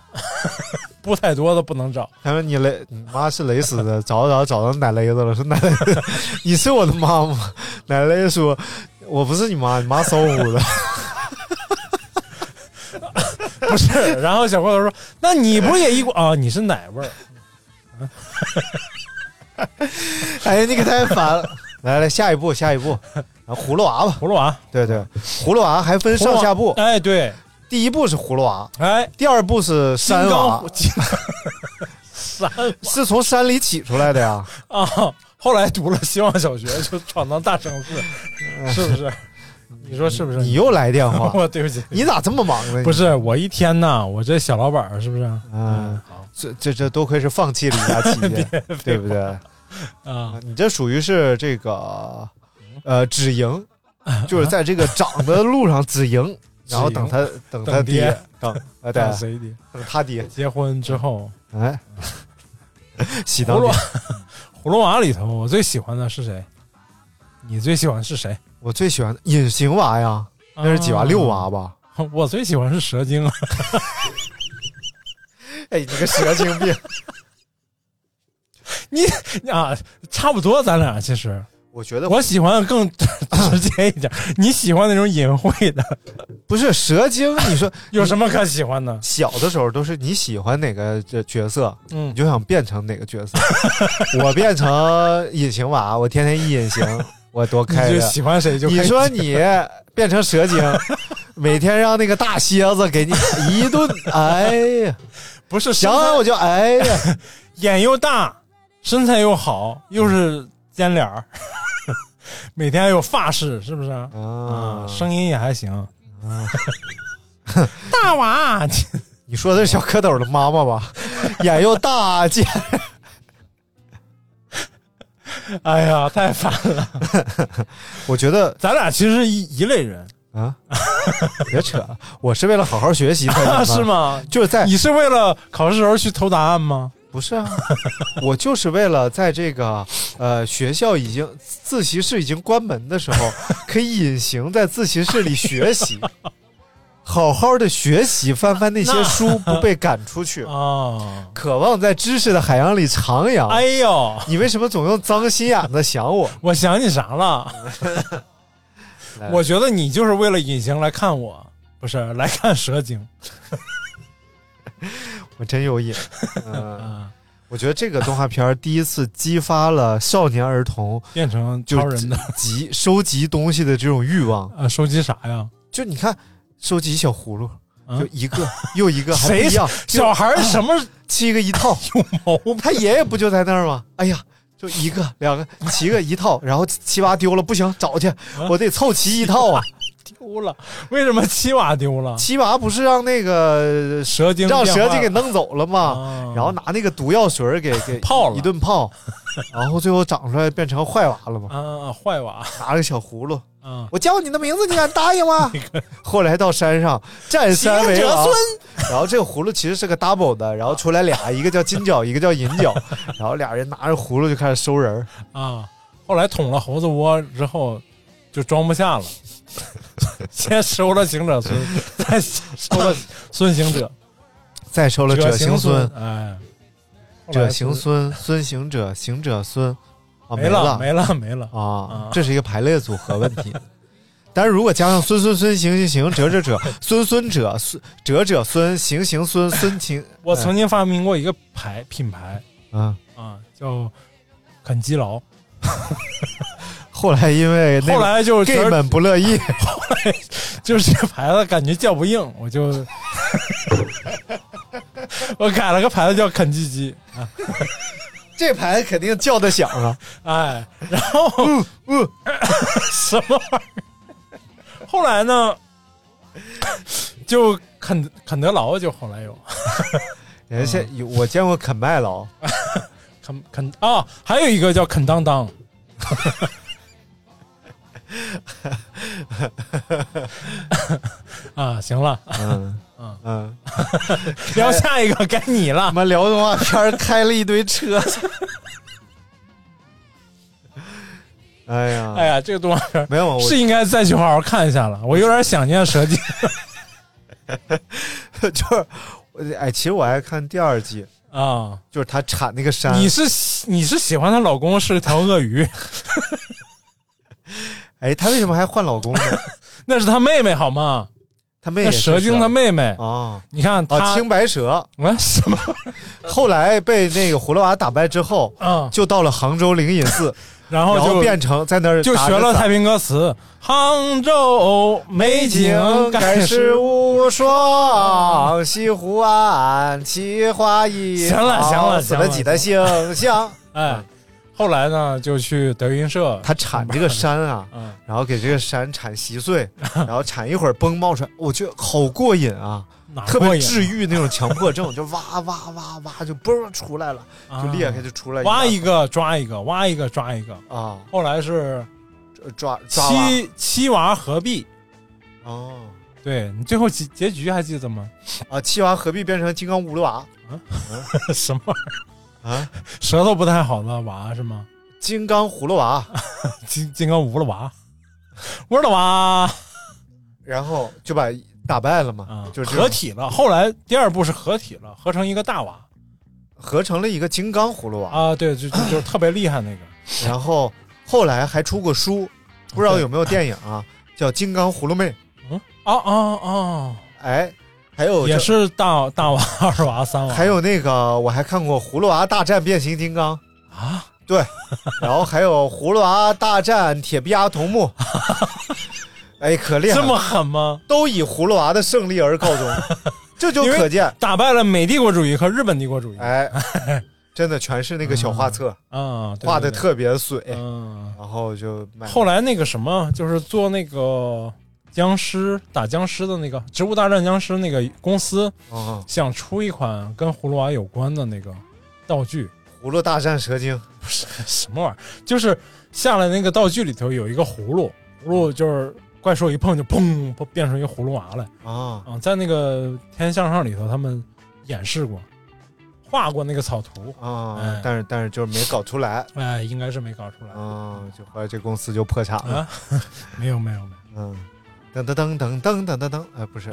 Speaker 10: (laughs) 不太多的不能找，
Speaker 9: 他说你勒你妈是勒死的， (laughs) 找找找到奶勒子了，说奶勒子， (laughs) 你是我的妈妈。 (laughs) 奶勒说，我不是你妈，你妈搜狐的。 (laughs)
Speaker 10: 不是。然后小蝌蚪说：“那你不也一股啊？你是奶味儿
Speaker 9: 哎，那个太烦了。 (laughs) 来来，下一步，下一步，啊葫芦娃吧。
Speaker 10: 葫芦娃
Speaker 9: 对对，葫芦娃还分上下部，
Speaker 10: 哎对，
Speaker 9: 第一部是葫芦娃，
Speaker 10: 哎，
Speaker 9: 第二部是
Speaker 10: 金
Speaker 9: 山娃
Speaker 10: 刚，金刚山娃
Speaker 9: 是从山里起出来的呀。
Speaker 10: 啊，后来读了希望小学，就闯荡大城市，是不是？你说是不是？
Speaker 9: 你
Speaker 10: (laughs)
Speaker 9: 又来电话，
Speaker 10: 我对不起，
Speaker 9: 你咋这么忙呢？
Speaker 10: 不，是我一天呐，我这小老板儿是不是？
Speaker 9: 嗯，
Speaker 10: 好
Speaker 9: 这这这多亏是放弃了一家企业，对不对？
Speaker 10: 啊，
Speaker 9: 你这属于是这个，呃，止盈，就是在这个涨的路上止盈，然后等他等他
Speaker 10: 等爹
Speaker 9: 爹，等啊对
Speaker 10: 干，谁的？
Speaker 9: 等他爹，
Speaker 10: 结婚之后，
Speaker 9: 哎， (laughs) 喜
Speaker 10: 葫
Speaker 9: 当
Speaker 10: 芦
Speaker 9: 爹
Speaker 10: (laughs) 娃，葫芦娃里头，我最喜欢的是谁？你最喜欢是谁？
Speaker 9: 我最喜欢的隐形娃呀，那是几娃？
Speaker 10: 啊
Speaker 9: 六娃吧？
Speaker 10: 我最喜欢是蛇精，
Speaker 9: 哎，你个蛇精病！
Speaker 10: 啊，差不多，咱俩其实
Speaker 9: (laughs) 我觉得
Speaker 10: 我喜欢更 (laughs) 直接一点，你喜欢那种隐晦的，
Speaker 9: 不是蛇精，你说
Speaker 10: 有什么可喜欢的？
Speaker 9: 小的时候都是你喜欢哪个这角色，
Speaker 10: 嗯
Speaker 9: 你，就想变成哪个角色。我变成隐形娃，我天天一隐形，我多
Speaker 10: 你
Speaker 9: 开
Speaker 10: 就
Speaker 9: 着。
Speaker 10: 喜欢谁就
Speaker 9: 你
Speaker 10: 开
Speaker 9: 说
Speaker 10: 始
Speaker 9: 你变成蛇精，每天让那个大蝎子给你一顿，哎呀，
Speaker 10: 不是
Speaker 9: 想想我就哎呀，
Speaker 10: 眼又大，身材又好，又是尖脸
Speaker 9: (laughs)
Speaker 10: 儿，每天还有发饰，是不是？啊、
Speaker 9: 啊，
Speaker 10: 声音也还行。
Speaker 9: (laughs)
Speaker 10: 大娃，
Speaker 9: 啊你说的是小蝌蚪的妈妈吧？ (laughs) 眼又大，见，
Speaker 10: 哎呀， (laughs) 太烦了！
Speaker 9: 我觉得
Speaker 10: 咱俩其实是一一类人，
Speaker 9: 啊，别扯，我是为了好好学 (laughs) 习才演
Speaker 10: 是
Speaker 9: 的？
Speaker 10: 吗？
Speaker 9: (laughs) 就是在
Speaker 10: (laughs) 你是为了考试时候去投答案吗？
Speaker 9: 不是啊， (laughs) 我就是为了在这个呃学校已经自习室已经关门的时
Speaker 10: (laughs)
Speaker 9: 候，可以隐形在自习室里学习，好好的学习，翻翻那些书，不被赶出
Speaker 10: (laughs)
Speaker 9: 去，
Speaker 10: 啊，
Speaker 9: 渴望在知识的海洋里徜徉。
Speaker 10: 哎呦，
Speaker 9: (laughs) 你为什么总用脏心眼子想我？
Speaker 10: 我想起啥了？
Speaker 9: 来
Speaker 10: 我觉得你就是为了隐形来看我，不是来看蛇
Speaker 9: (laughs)
Speaker 10: 精
Speaker 9: 我真有
Speaker 10: (laughs)
Speaker 9: 瘾。嗯，
Speaker 10: 啊，
Speaker 9: 我觉得这个动画片儿第一次激发了少年儿童
Speaker 10: 变成
Speaker 9: 就
Speaker 10: 超人的
Speaker 9: 集收集东西的这种欲望。
Speaker 10: 啊，收集啥呀？
Speaker 9: 就你看，收集小葫芦，
Speaker 10: 啊
Speaker 9: 就一
Speaker 10: (laughs)
Speaker 9: 个又一个，还不
Speaker 10: 谁
Speaker 9: 一样，
Speaker 10: 小孩儿什么
Speaker 9: 七个一套。
Speaker 10: (laughs) 有毛病？
Speaker 9: 他爷爷不就在那儿吗？哎呀，就一个、两个、七个一套，然后七八丢了，不行，找去，
Speaker 10: 嗯
Speaker 9: 我得凑齐一套啊。
Speaker 10: 丢了？为什么七娃丢
Speaker 9: (laughs)
Speaker 10: 了？
Speaker 9: 七娃不是让那个
Speaker 10: 蛇精
Speaker 9: 让
Speaker 10: 变
Speaker 9: 蛇
Speaker 10: 坏
Speaker 9: 精给
Speaker 10: 了
Speaker 9: 弄走了吗？
Speaker 10: 啊
Speaker 9: 然后拿那个毒药水
Speaker 10: (laughs)
Speaker 9: 儿给给
Speaker 10: 泡了
Speaker 9: 一顿泡，然后最后长出来变成坏娃了嘛？
Speaker 10: 啊啊坏娃
Speaker 9: 拿个小葫芦，
Speaker 10: 啊
Speaker 9: 我叫你的名字，你敢答应
Speaker 10: (laughs)
Speaker 9: 吗？后来到山上占山为王，然后这个葫芦其实是个 double 的，然后出来俩，一个叫金角，一个叫银
Speaker 10: (laughs)
Speaker 9: 角，然后俩人拿着葫芦就开始收人儿。
Speaker 10: 啊！后来捅了猴子窝之后，就装
Speaker 9: (laughs)
Speaker 10: 不下了，先收了行者孙，再收了孙行者，
Speaker 9: 再收了者行
Speaker 10: 行
Speaker 9: 孙，
Speaker 10: 哎，后来
Speaker 9: 者
Speaker 10: 就
Speaker 9: 行孙，孙行者，行者孙，啊
Speaker 10: 没
Speaker 9: 了
Speaker 10: 了没了没了
Speaker 9: 啊
Speaker 10: 啊，
Speaker 9: 这是一个排列组合问题。 (laughs) 但是如果加上孙孙孙行行行者者者孙孙者孙者者孙行行孙孙行，
Speaker 10: 我曾经发明过一个牌品牌
Speaker 9: 嗯啊，
Speaker 10: 啊，叫肯基劳，
Speaker 9: 后来因为那
Speaker 10: 后
Speaker 9: 个啊
Speaker 10: 来就觉
Speaker 9: gay
Speaker 10: 得
Speaker 9: 们不乐意，
Speaker 10: 就是这牌子感觉叫不硬，我就
Speaker 9: (laughs)
Speaker 10: 我改了个牌子叫肯基基，
Speaker 9: 这牌肯定叫的响啊！
Speaker 10: 哎，然后嗯嗯， (laughs) 什么玩意儿？后来呢，就肯肯德劳就后来有
Speaker 9: 人
Speaker 10: 啊
Speaker 9: 家现有我见过肯麦劳，
Speaker 10: 肯肯啊，还有一个叫肯当当， (laughs) 啊，行了，
Speaker 9: 嗯
Speaker 10: 嗯 (laughs)
Speaker 9: 嗯，
Speaker 10: 聊下一个该你
Speaker 9: 他
Speaker 10: 了，
Speaker 9: 妈聊动画片儿开了一堆车，哎呀，
Speaker 10: 哎呀，这个动画片儿
Speaker 9: 没有我
Speaker 10: 是应该再去好好看一下了，我有点想念蛇精哎
Speaker 9: (laughs) 就是我哎，其实我爱看第二季，
Speaker 10: 啊。
Speaker 9: 就是他铲那个山，
Speaker 10: 你是喜你是喜欢她老公是条鳄鱼，
Speaker 9: (laughs) 哎，他为什么还换老公
Speaker 10: (laughs)
Speaker 9: 呢？
Speaker 10: 那是她妹妹好吗？
Speaker 9: 他妹也
Speaker 10: 那蛇精她妹妹，
Speaker 9: 啊
Speaker 10: 你看
Speaker 9: 啊，
Speaker 10: 她
Speaker 9: 青白蛇
Speaker 10: 啊什么
Speaker 9: 后来被那个葫芦娃打败之后，
Speaker 10: 啊？
Speaker 9: 就到了杭州灵隐寺，
Speaker 10: (laughs) 然
Speaker 9: 然
Speaker 10: 后就
Speaker 9: 后变成在那儿
Speaker 10: 就
Speaker 9: 打
Speaker 10: 学
Speaker 9: 着
Speaker 10: 了
Speaker 9: 伞
Speaker 10: 太平歌词：“杭州美景盖世
Speaker 9: (laughs)
Speaker 10: 无。
Speaker 9: 无双，西湖岸奇花异
Speaker 10: 行了行了
Speaker 9: 死了几的星星。”
Speaker 10: 哎，后来呢，就去德云社，
Speaker 9: 他铲这个山啊，
Speaker 10: 嗯
Speaker 9: 然后给这个山铲稀碎，然后铲一会儿崩冒出来，我觉得好过瘾啊，
Speaker 10: 哪
Speaker 9: 特
Speaker 10: 过
Speaker 9: 别
Speaker 10: 瘾
Speaker 9: 治愈那种强迫症，就挖挖挖挖就嘣出来了，
Speaker 10: 啊
Speaker 9: 就裂开就出来
Speaker 10: 挖一
Speaker 9: 个
Speaker 10: 个抓一个，挖一个抓一个。
Speaker 9: 啊，
Speaker 10: 后来是
Speaker 9: 抓抓挖
Speaker 10: 七七娃合璧，
Speaker 9: 哦
Speaker 10: 对你最后结结局还记得吗？
Speaker 9: 啊，七娃何必变成金刚葫芦娃
Speaker 10: (laughs) 什么玩意
Speaker 9: 啊？
Speaker 10: 儿舌头不太好的娃是吗？
Speaker 9: 金刚葫芦娃，
Speaker 10: 金金刚无了娃，无了娃
Speaker 9: 然后就把打败了嘛
Speaker 10: 啊，，
Speaker 9: 就这种
Speaker 10: 合体了。后来第二部是合体了，合成一个大娃
Speaker 9: 合成了一个金刚葫芦娃，
Speaker 10: 啊，对，就就就是特别厉害那个。
Speaker 9: 然后后来还出过书，不知道有没有电影啊，叫《金刚葫芦妹》。
Speaker 10: 嗯，哦哦哦，
Speaker 9: 哎，还有
Speaker 10: 也
Speaker 9: 这，
Speaker 10: 是大大娃、二娃、三娃，
Speaker 9: 还有那个我还看过《葫芦娃大战变形金刚》
Speaker 10: 啊，
Speaker 9: 对，然后还有《葫芦娃大战铁臂阿童
Speaker 10: (laughs)
Speaker 9: 木》，哎，可厉害了，
Speaker 10: 这么狠吗？
Speaker 9: 都以葫芦娃的胜利而告
Speaker 10: (laughs)
Speaker 9: 终，这就
Speaker 10: 因为
Speaker 9: 可见，
Speaker 10: 打败了美帝国主义和日本帝国主义，
Speaker 9: 哎，真的全是那个小画册，
Speaker 10: 啊，对
Speaker 9: 画的
Speaker 10: 对对
Speaker 9: 特别水，
Speaker 10: 嗯。
Speaker 9: 然后就卖
Speaker 10: 后来那个什么，就是做那个僵尸打僵尸的那个《植物大战僵尸》那个公司
Speaker 9: 嗯，
Speaker 10: 想出一款跟葫芦娃有关的那个道具，
Speaker 9: 葫芦大战蛇精，
Speaker 10: (laughs) 什么玩意儿？就是下来那个道具里头有一个葫芦，葫芦就是怪兽一碰就砰，变成一个葫芦娃来。
Speaker 9: 啊
Speaker 10: 啊，在那个《天天向上》里头，他们演示过，画过那个草图，
Speaker 9: 啊
Speaker 10: 哎！
Speaker 9: 但是但是就是没搞出 (laughs) 来
Speaker 10: 哎，应该是没搞出来
Speaker 9: 啊，就后来这公司就破产了。
Speaker 10: 啊，没有没有没有，
Speaker 9: 嗯，噔噔噔噔噔噔噔噔，哎，不 (laughs) 是，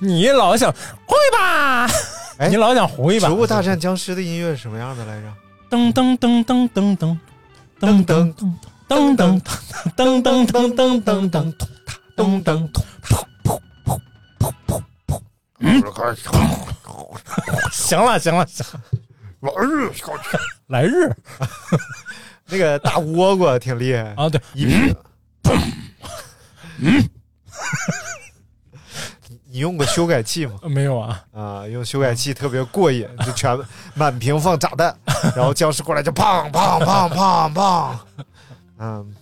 Speaker 10: 你老想会吧，
Speaker 9: 哎
Speaker 10: 你老想胡一
Speaker 9: 《
Speaker 10: 把，
Speaker 9: 植物大战僵尸》的音乐是什么样的 (laughs) 来着？
Speaker 10: 噔噔噔噔噔噔噔噔噔噔噔噔噔噔噔噔噔咚噔咚，行了行了行了，来日
Speaker 9: 那个大倭瓜挺厉害，
Speaker 10: 啊，对，
Speaker 9: 一劈。嗯， (laughs) 你用过修改器吗？
Speaker 10: 没有啊，
Speaker 9: 啊，用修改器特别过瘾，就全满屏放炸弹，然后僵尸过来就砰砰砰砰砰。嗯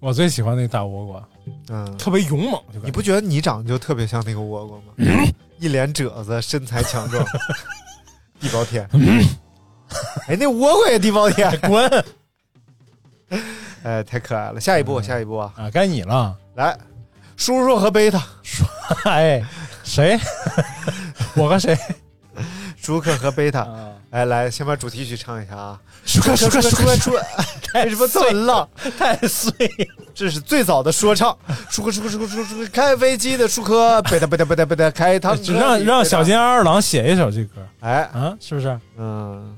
Speaker 10: 我最喜欢那大倭瓜，
Speaker 9: 嗯，
Speaker 10: 特别勇猛，就感
Speaker 9: 你
Speaker 10: 觉
Speaker 9: 不觉得你长得就特别像那个倭瓜吗？一脸褶子，身材强壮，地包天。哎，那倭瓜也地包天，
Speaker 10: 滚
Speaker 9: 哎，太可爱了。下一步，下一步啊，
Speaker 10: 啊，该你了，
Speaker 9: 来，叔叔和贝塔，
Speaker 10: 哎，谁？我和谁？
Speaker 9: 舒克和贝塔。
Speaker 10: 啊
Speaker 9: 哎，来，先把主题曲唱一下啊！
Speaker 10: 舒克舒克舒克
Speaker 9: 舒克，为什么这么浪？
Speaker 10: 太碎了，
Speaker 9: 这是最早的说唱，舒克舒克舒克舒克舒克，开飞机的舒克，贝塔贝塔贝塔贝塔，开坦克。
Speaker 10: 哎让让小
Speaker 9: 金
Speaker 10: 金二郎写一首这歌
Speaker 9: 哎，
Speaker 10: 啊，是不是？
Speaker 9: 嗯，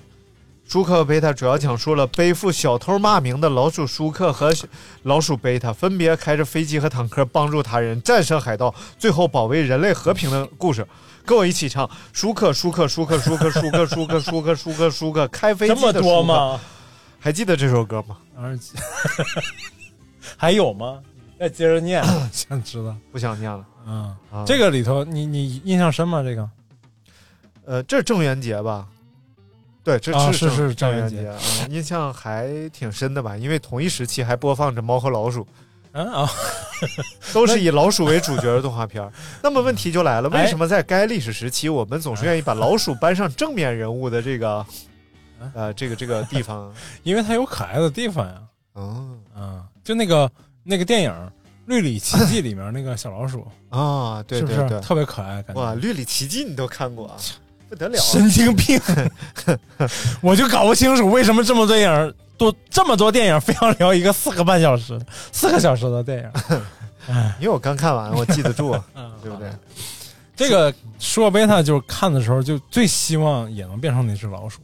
Speaker 9: 舒克和贝塔主要讲述了背负小偷骂名的老鼠舒克和小老鼠贝塔分别开着飞机和坦克帮助他人战胜海盗，最后保卫人类和平的故事。跟我一起唱：舒克舒克舒克舒克舒克舒克舒克舒克舒克，开飞机
Speaker 10: 这
Speaker 9: 的舒克。
Speaker 10: 么多？吗？
Speaker 9: 还记得这首歌吗？
Speaker 10: 二十几， (laughs) 还有吗？再接着念， (laughs) 想知道。
Speaker 9: 不想念了。
Speaker 10: 嗯，
Speaker 9: 啊
Speaker 10: 这个里头你你印象深吗？这个
Speaker 9: 呃，这是郑渊洁吧？对，这
Speaker 10: 啊
Speaker 9: 是
Speaker 10: 是是
Speaker 9: 郑
Speaker 10: 郑渊
Speaker 9: 洁，
Speaker 10: 洁
Speaker 9: 嗯印象还挺深的吧？因为同一时期还播放着《猫和老鼠
Speaker 10: 嗯啊，》，
Speaker 9: 都是以老鼠为主角的动画
Speaker 10: (laughs)
Speaker 9: 片儿。那么问题就来了，
Speaker 10: 哎
Speaker 9: 为什么在该历史时期，我们总是愿意把老鼠搬上正面人物的这个
Speaker 10: 啊
Speaker 9: 呃这个这个地
Speaker 10: (laughs)
Speaker 9: 方？
Speaker 10: 因为它有可爱的地方呀。
Speaker 9: 哦
Speaker 10: 嗯，就那个那个电影《绿里奇迹》里面那个小老 (laughs) 鼠，
Speaker 9: 啊，对
Speaker 10: 是不
Speaker 9: 对
Speaker 10: 是
Speaker 9: 对，
Speaker 10: 特别可爱？感觉
Speaker 9: 哇，《绿里奇迹》你都看过啊？不得了啊！
Speaker 10: (laughs) 神经病，我就搞不清楚为什么这么多电影多这么多电影非要聊一个四个半小时、四个小时的电影。 (laughs) 哎
Speaker 9: 因为我刚看完，我记得住，啊
Speaker 10: 嗯
Speaker 9: 对不对？
Speaker 10: 这个舒尔贝塔就是看的时候就最希望也能变成那只老鼠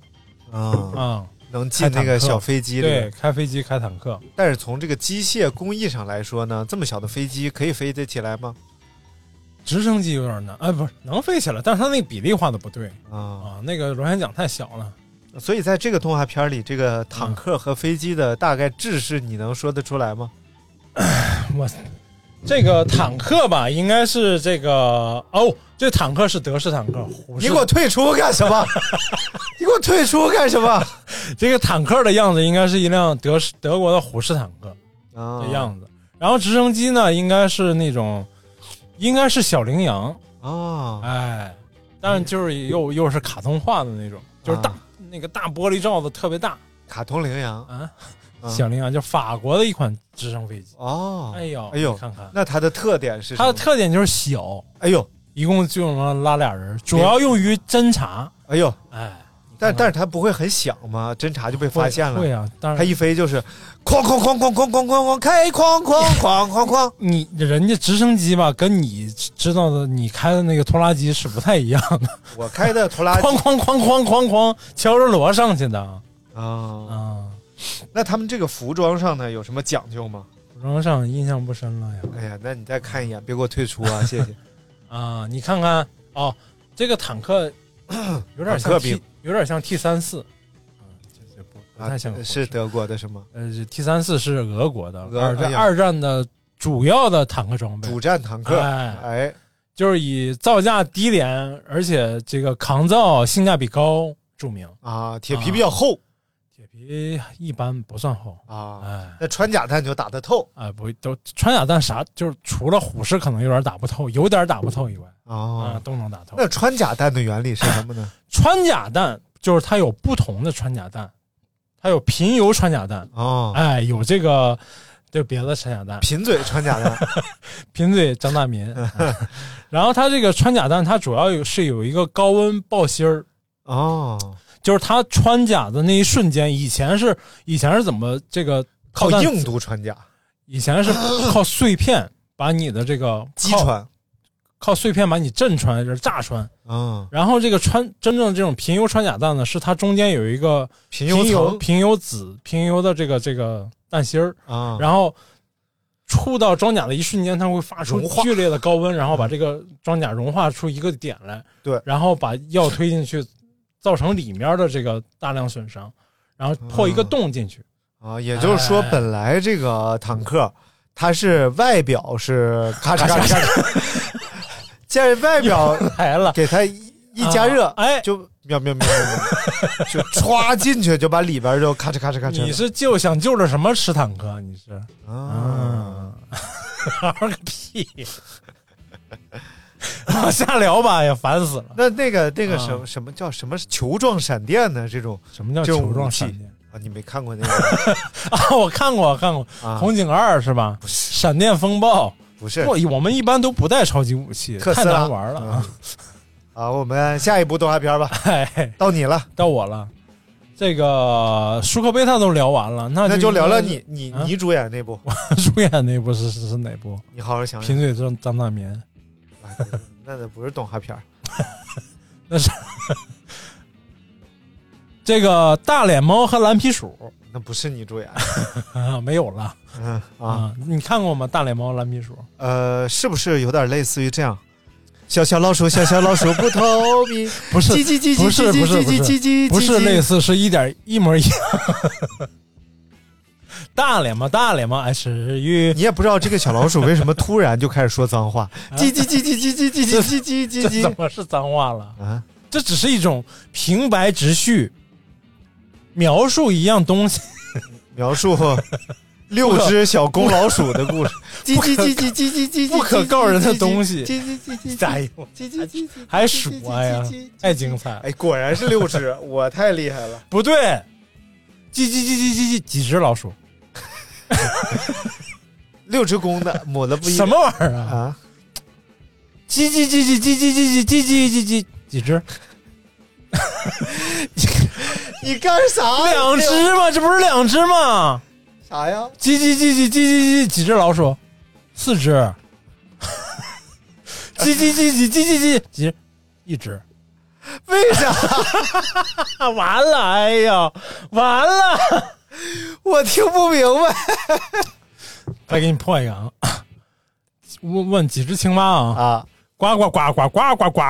Speaker 9: 啊，
Speaker 10: 啊、
Speaker 9: 能进那个小飞机里。
Speaker 10: 对，开飞机开坦克，
Speaker 9: 但是从这个机械工艺上来说呢，这么小的飞机可以飞得起来吗？
Speaker 10: 直升机有点难，哎，不是能飞起来，但是它那比例画的不对
Speaker 9: 啊、
Speaker 10: 啊，那个螺旋桨太小了。 (laughs)
Speaker 9: 所以在这个动画片里，这个坦克和飞机的大概制式，你能说得出来吗？
Speaker 10: 这个坦克吧，应该是这个哦，这坦克是德式坦克，虎
Speaker 9: 你
Speaker 10: 式
Speaker 9: 给我退
Speaker 10: (laughs)
Speaker 9: 出干什么？你给我退出干什么？
Speaker 10: 这个坦克的样子应该是一辆德式德国的虎式坦克
Speaker 9: 啊
Speaker 10: 的哦样子，然后直升机呢应该是那种，应该是小羚羊，
Speaker 9: 啊，
Speaker 10: 哎，但是就是又又是卡通化的那种，就是大、
Speaker 9: 啊
Speaker 10: 那个大玻璃罩子特别大
Speaker 9: 卡通羚羊
Speaker 10: 啊，
Speaker 9: 啊
Speaker 10: 小羚羊就法国的一款直升飞机，
Speaker 9: 哦，
Speaker 10: 哎呦
Speaker 9: 哎呦
Speaker 10: 你看看
Speaker 9: 那它的特点是什
Speaker 10: 它
Speaker 9: 么
Speaker 10: 的特点就是小，
Speaker 9: 哎呦
Speaker 10: 一共就能拉俩人，主要用于侦察，
Speaker 9: 哎呦，
Speaker 10: 哎，
Speaker 9: 但
Speaker 10: 看看
Speaker 9: 但是它不会很响吗？侦察就被
Speaker 10: 会
Speaker 9: 发现了
Speaker 10: 会，啊，当
Speaker 9: 它
Speaker 10: 然。
Speaker 9: 一飞就是哐哐哐哐哐哐哐哐开哐
Speaker 10: 哎
Speaker 9: 哐哐哐
Speaker 10: (laughs)
Speaker 9: 哐。
Speaker 10: 你人家直升机吧，跟你知道的你开的那个拖拉机是不太一样的，
Speaker 9: 我开的拖拉机
Speaker 10: 哐哐哐哐哐哐，敲着锣上去的啊、
Speaker 9: 啊，
Speaker 10: 嗯
Speaker 9: 那他们这个服装上呢有什么讲究吗？
Speaker 10: 服装上印象不深了呀。
Speaker 9: 哎呀，那你再看一眼，别给我退出啊，谢
Speaker 10: (laughs)
Speaker 9: 谢。
Speaker 10: 啊，你看看哦，这个坦克有点
Speaker 9: 坦克
Speaker 10: 像
Speaker 9: 兵
Speaker 10: T，有点像 T 三四，嗯，这这不不
Speaker 9: 啊
Speaker 10: 太像，
Speaker 9: 是德国的是吗？
Speaker 10: 呃，T 三四是俄国的
Speaker 9: 俄
Speaker 10: 二
Speaker 9: 哎
Speaker 10: 战
Speaker 9: 呀
Speaker 10: 二战的主要的坦克装备，
Speaker 9: 主战坦克，
Speaker 10: 哎
Speaker 9: 哎，
Speaker 10: 就是以造价低廉，而且这个抗造性价比高著名。
Speaker 9: 啊，铁皮比较厚，
Speaker 10: 铁皮皮一般不算厚，
Speaker 9: 啊。
Speaker 10: 哎
Speaker 9: 那穿甲弹就打得透
Speaker 10: 哎不都穿甲弹啥就是除了虎式可能有点打不透，有点打不透以外，啊、
Speaker 9: 哦。
Speaker 10: 都能打透。
Speaker 9: 那穿甲弹的原理是什么
Speaker 10: (laughs)
Speaker 9: 呢？
Speaker 10: 穿甲弹就是它有不同的穿甲弹，它有平油穿甲弹，
Speaker 9: 哦，
Speaker 10: 哎，有这个就别的穿甲弹，
Speaker 9: 贫嘴穿甲弹
Speaker 10: 贫嘴张
Speaker 9: (laughs)
Speaker 10: 大民。哎然后它这个穿甲弹，它主要有是有一个高温爆芯儿， (laughs)
Speaker 9: 哦，
Speaker 10: 就是它穿甲的那一瞬间，以前是以前是怎么这个
Speaker 9: 靠
Speaker 10: 弹
Speaker 9: 硬度穿甲，
Speaker 10: 以前是靠
Speaker 9: (coughs)
Speaker 10: 碎片把你的这个
Speaker 9: 击
Speaker 10: 靠
Speaker 9: 穿。
Speaker 10: 靠碎片把你震穿，就是炸穿。
Speaker 9: 嗯，
Speaker 10: 然后这个穿真正这种平油穿甲弹呢，是它中间有一个
Speaker 9: 平
Speaker 10: 平油
Speaker 9: 层
Speaker 10: 平油子平油的这个这个弹芯儿，
Speaker 9: 啊，
Speaker 10: 然后触到装甲的一瞬间，它会发出
Speaker 9: 融化
Speaker 10: 剧烈的高温，然后把这个装甲融化出一个点来，
Speaker 9: 对
Speaker 10: 然后把药推进去，造成里面的这个大量损伤，然后破一个洞进去。
Speaker 9: 啊，也就是说，
Speaker 10: 哎
Speaker 9: 本来这个坦克它是外表是咔嚓咔嚓咔嚓，在外表
Speaker 10: 来了，
Speaker 9: 给它
Speaker 10: (laughs)
Speaker 9: 一嗯一加热
Speaker 10: 啊，哎
Speaker 9: 就喵喵喵喵喵，就歘进去，就把里边就咔嚓咔嚓咔嚓的。
Speaker 10: 你是救想救着什么吃坦克？你是
Speaker 9: 啊，
Speaker 10: 嗯， (laughs) 玩个屁！往下聊吧，也烦死了。
Speaker 9: 那那个那个什
Speaker 10: 啊
Speaker 9: 么什么叫什么球状闪电呢？这种
Speaker 10: 什么叫
Speaker 9: 这种
Speaker 10: 球状
Speaker 9: 武器
Speaker 10: 闪电
Speaker 9: 啊，你没看过那个
Speaker 10: 啊？我看过，我看过《
Speaker 9: 啊？
Speaker 10: 红警二》是吧？闪电风暴，
Speaker 9: 不
Speaker 10: (laughs)
Speaker 9: 是
Speaker 10: 我我们一般都不带超级武器，
Speaker 9: 特
Speaker 10: 太
Speaker 9: 斯拉
Speaker 10: 难玩了啊！
Speaker 9: 啊，我们下一部动画片吧，
Speaker 10: (laughs) 哎，
Speaker 9: 到你了，
Speaker 10: 到我了。这个舒克贝塔都聊完了，那
Speaker 9: 那就聊聊你你
Speaker 10: 啊
Speaker 9: 你主演那部，
Speaker 10: (laughs) 主演那部是是是哪部？
Speaker 9: 你好好想想
Speaker 10: 贫。嘴张张大民，
Speaker 9: 哎那那不是动画片儿
Speaker 10: 这个大脸猫和蓝皮鼠
Speaker 9: 那不是你主
Speaker 10: (laughs)
Speaker 9: 演。
Speaker 10: 啊没有了
Speaker 9: 嗯啊，
Speaker 10: 啊！你看过吗？大脸猫、蓝皮鼠？
Speaker 9: 呃，是不是有点类似于这样？小小老鼠，小小老鼠不透明，
Speaker 10: 不是
Speaker 9: 叽叽叽叽
Speaker 10: (laughs) 不是
Speaker 9: 叽叽
Speaker 10: 不是
Speaker 9: 叽叽叽叽，
Speaker 10: 不是类
Speaker 9: 似
Speaker 10: 似，是一点一模一样。 (laughs) 大脸嘛，大脸嘛，哎，是鱼
Speaker 9: 你也不知道这个小老鼠为什么突然就开始说脏话， (laughs) 叽叽叽叽叽叽叽叽叽叽
Speaker 10: 这
Speaker 9: 叽
Speaker 10: 怎
Speaker 9: 叽
Speaker 10: 么是脏话了？
Speaker 9: 啊！
Speaker 10: 这只是一种平白直叙描述一样东西，
Speaker 9: 描
Speaker 10: (laughs)
Speaker 9: 述六只小公老鼠的故事， (laughs) 叽叽叽叽叽叽叽，
Speaker 10: 不可告人的东西
Speaker 9: (laughs) 叽叽叽叽叽，
Speaker 10: 哎呦
Speaker 9: 叽叽叽叽，
Speaker 10: 还数啊呀
Speaker 9: 叽叽叽叽，
Speaker 10: 太精彩
Speaker 9: (laughs)
Speaker 10: 了！
Speaker 9: 哎，果然是六只，我太厉害了。
Speaker 10: 不对，叽叽叽叽叽叽，几只老鼠？
Speaker 9: 六只公的母的不一
Speaker 10: 什么玩意儿啊？
Speaker 9: 啊？
Speaker 10: 叽叽叽叽叽叽叽叽叽叽叽叽，几只？
Speaker 9: 你干啥？
Speaker 10: 两只吗？这不是两只吗？
Speaker 9: 啥呀？
Speaker 10: 叽叽叽叽叽叽叽，几只老鼠？四只。 (laughs) 叽叽叽叽叽叽叽，几只？一只。
Speaker 9: 为啥？
Speaker 10: 啊， (laughs) 完了！哎呀，完了！
Speaker 9: 我听不明白
Speaker 10: 再给你破一个啊！问问几只青蛙啊？
Speaker 9: 啊！
Speaker 10: 呱呱呱呱呱呱呱，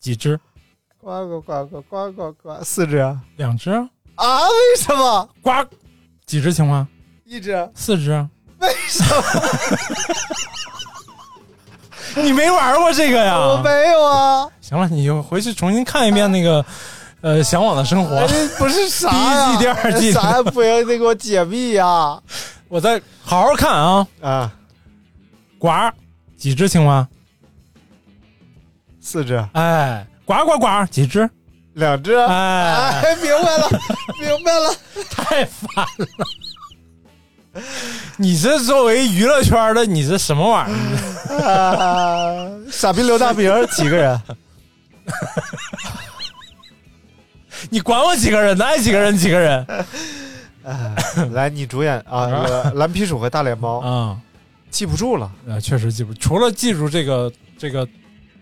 Speaker 10: 几只？
Speaker 9: 呱呱呱呱呱呱呱，四只啊？
Speaker 10: 两只啊？
Speaker 9: 为什么？
Speaker 10: 呱，几只青蛙？
Speaker 9: 一只？
Speaker 10: 四只啊？
Speaker 9: 为什么？
Speaker 10: 你没玩过这个呀？
Speaker 9: 我没有啊！
Speaker 10: 行了，你回去重新看一遍那个，呃，向往的生活。
Speaker 9: 这哎不是啥呀？哎
Speaker 10: 第一季第二季
Speaker 9: 啥也不要得给我解密呀？
Speaker 10: 我再好好看啊！
Speaker 9: 啊，
Speaker 10: 呱，几只青蛙？
Speaker 9: 四只，
Speaker 10: 哎，呱呱呱，几只？
Speaker 9: 两只。
Speaker 10: 哎，
Speaker 9: 哎，明白了，明白了。
Speaker 10: 太烦了！你这作为娱乐圈的，你这什么玩意儿？
Speaker 9: 啊，傻逼刘大明儿几个人？
Speaker 10: 你管我几个人呢？爱几个人几个人
Speaker 9: (laughs) 来，你主演啊，呃 (laughs) 蓝皮鼠和大脸猫，
Speaker 10: 啊？
Speaker 9: 记不住了
Speaker 10: 呃，确实记不，除了记住这个这个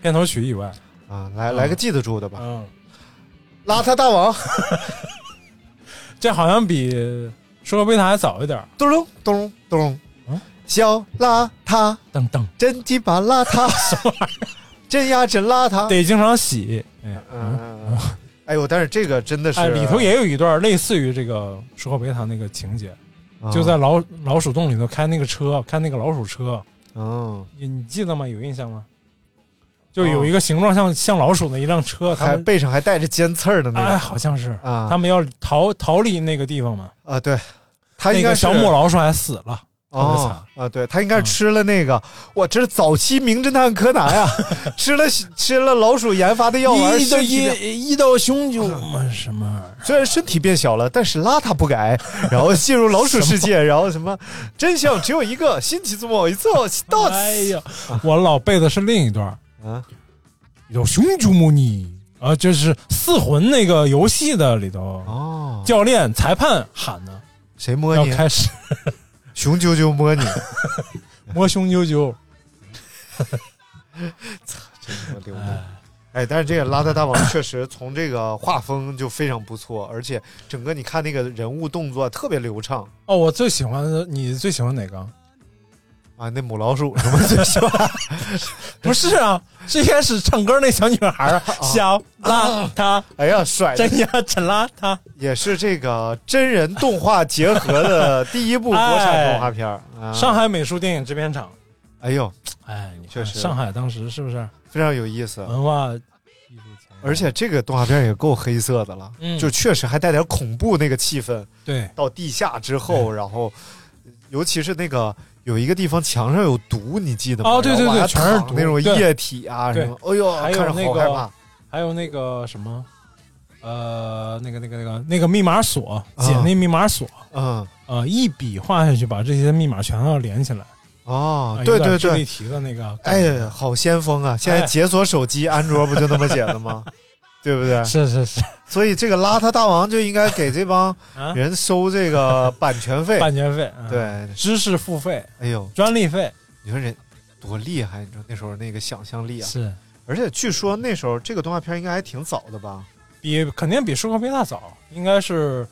Speaker 10: 片头曲以外，
Speaker 9: 啊。来来个记得住的吧，
Speaker 10: 嗯，
Speaker 9: 邋遢大王。
Speaker 10: 啊这好像比《舒克贝塔》还早一点儿。
Speaker 9: 咚隆咚隆咚隆
Speaker 10: 嗯，
Speaker 9: 小邋遢，
Speaker 10: 噔噔，
Speaker 9: 真鸡巴邋
Speaker 10: (laughs)
Speaker 9: 遢，什么玩意儿？真呀真邋遢。
Speaker 10: 得经常洗。哎，
Speaker 9: 嗯，
Speaker 10: 嗯，
Speaker 9: 嗯，嗯哎呦，但是这个真的是
Speaker 10: 哎，里头也有一段类似于这个《舒克贝塔》那个情节，
Speaker 9: 啊
Speaker 10: 就在老老鼠洞里头开那个车，开那个老鼠车，
Speaker 9: 嗯，
Speaker 10: 你你记得吗？有印象吗？就有一个形状像像老鼠的一辆车，他
Speaker 9: 哦还
Speaker 10: 们
Speaker 9: 背上还带着尖刺儿的那
Speaker 10: 哎，
Speaker 9: 种
Speaker 10: 好像是
Speaker 9: 啊
Speaker 10: 他们要逃逃离那个地方嘛。
Speaker 9: 啊，对，他应
Speaker 10: 那
Speaker 9: 该
Speaker 10: 个
Speaker 9: 是
Speaker 10: 小母老鼠还死了，特别惨
Speaker 9: 哦啊，对他应该
Speaker 10: 嗯
Speaker 9: 吃了那个，哇，这是早期名侦探柯南
Speaker 10: (laughs)
Speaker 9: 呀，吃了吃了老鼠研发的药丸，
Speaker 10: 一到
Speaker 9: 身体变
Speaker 10: 一一到
Speaker 9: (laughs)
Speaker 10: 雄赳嘛什么？
Speaker 9: 虽然身体变小了，但是邋遢不
Speaker 10: (laughs)
Speaker 9: 改，然后进入老鼠世界，然后什么真相只有一个，新奇自某一次 (laughs) 哦到此
Speaker 10: 哎呀，我老背的是另一段儿
Speaker 9: 啊，
Speaker 10: 一到雄赳莫逆啊，这是四魂那个游戏的里头
Speaker 9: 哦，
Speaker 10: 教练裁判喊的，
Speaker 9: 谁摸
Speaker 10: 要
Speaker 9: 你？(laughs)
Speaker 10: 开始
Speaker 9: 熊赳赳摸
Speaker 10: (laughs)
Speaker 9: 你，
Speaker 10: 摸雄赳赳。
Speaker 9: 哎，但是这个邋遢大王 (coughs) 确实从这个画风就非常不错，而且整个你看那个人物动作特别流畅
Speaker 10: 哦，我最喜欢的，你最喜欢哪个？
Speaker 9: 啊，那母老鼠什么最喜
Speaker 10: (laughs)
Speaker 9: 欢？
Speaker 10: 不是啊，最开始唱歌那小女孩
Speaker 9: (laughs)
Speaker 10: 儿，
Speaker 9: 哦
Speaker 10: 小邋遢，
Speaker 9: 哎呀，甩的
Speaker 10: 真呀真邋遢。
Speaker 9: 也是这个真人动画结合的第一部国产动画片儿、啊。
Speaker 10: 上，海美术电影制片厂，
Speaker 9: 哎呦，
Speaker 10: 哎，你看
Speaker 9: 确实
Speaker 10: 上海当时是不是
Speaker 9: 非常有意思。啊
Speaker 10: 文化艺术前沿？
Speaker 9: 而且这个动画片也够黑色的了，
Speaker 10: 嗯
Speaker 9: 就确实还带点恐怖那个气氛。
Speaker 10: 对，
Speaker 9: 到地下之后，
Speaker 10: 嗯
Speaker 9: 然后尤其是那个有一个地方墙上有毒，你记得吗？
Speaker 10: 哦对对对
Speaker 9: 然后往下
Speaker 10: 全是
Speaker 9: 淌
Speaker 10: 毒
Speaker 9: 那种
Speaker 10: 对
Speaker 9: 液体啊
Speaker 10: 对
Speaker 9: 什么，哎呦，
Speaker 10: 还有
Speaker 9: 看着
Speaker 10: 那
Speaker 9: 好
Speaker 10: 个
Speaker 9: 害怕。
Speaker 10: 还有那个什么，呃，那个那个那个那个密码锁，
Speaker 9: 啊
Speaker 10: 解那密码锁，
Speaker 9: 嗯，
Speaker 10: 呃，一笔画下去，把这些密码全要连起来。
Speaker 9: 哦
Speaker 10: 啊，
Speaker 9: 对
Speaker 10: 有点
Speaker 9: 对
Speaker 10: 智
Speaker 9: 对，
Speaker 10: 力题的那个，
Speaker 9: 哎，呀，好先锋啊！现在
Speaker 10: 哎
Speaker 9: 解锁手机，安卓不就那么解的
Speaker 10: (laughs)
Speaker 9: 吗？对不对？
Speaker 10: 是是是
Speaker 9: 所以这个邋遢大王就应该给这帮
Speaker 10: 啊，
Speaker 9: 人收这个版权费。
Speaker 10: 版权费，嗯，
Speaker 9: 对，
Speaker 10: 知识付费、
Speaker 9: 哎呦，
Speaker 10: 专利费
Speaker 9: 你说人多厉害，你说那时候那个想象力啊！
Speaker 10: 是
Speaker 9: 而且据说那时候这个动画片应该还挺早的吧？
Speaker 10: 比肯定比舒克贝塔早，应
Speaker 9: (clears throat)
Speaker 10: 该是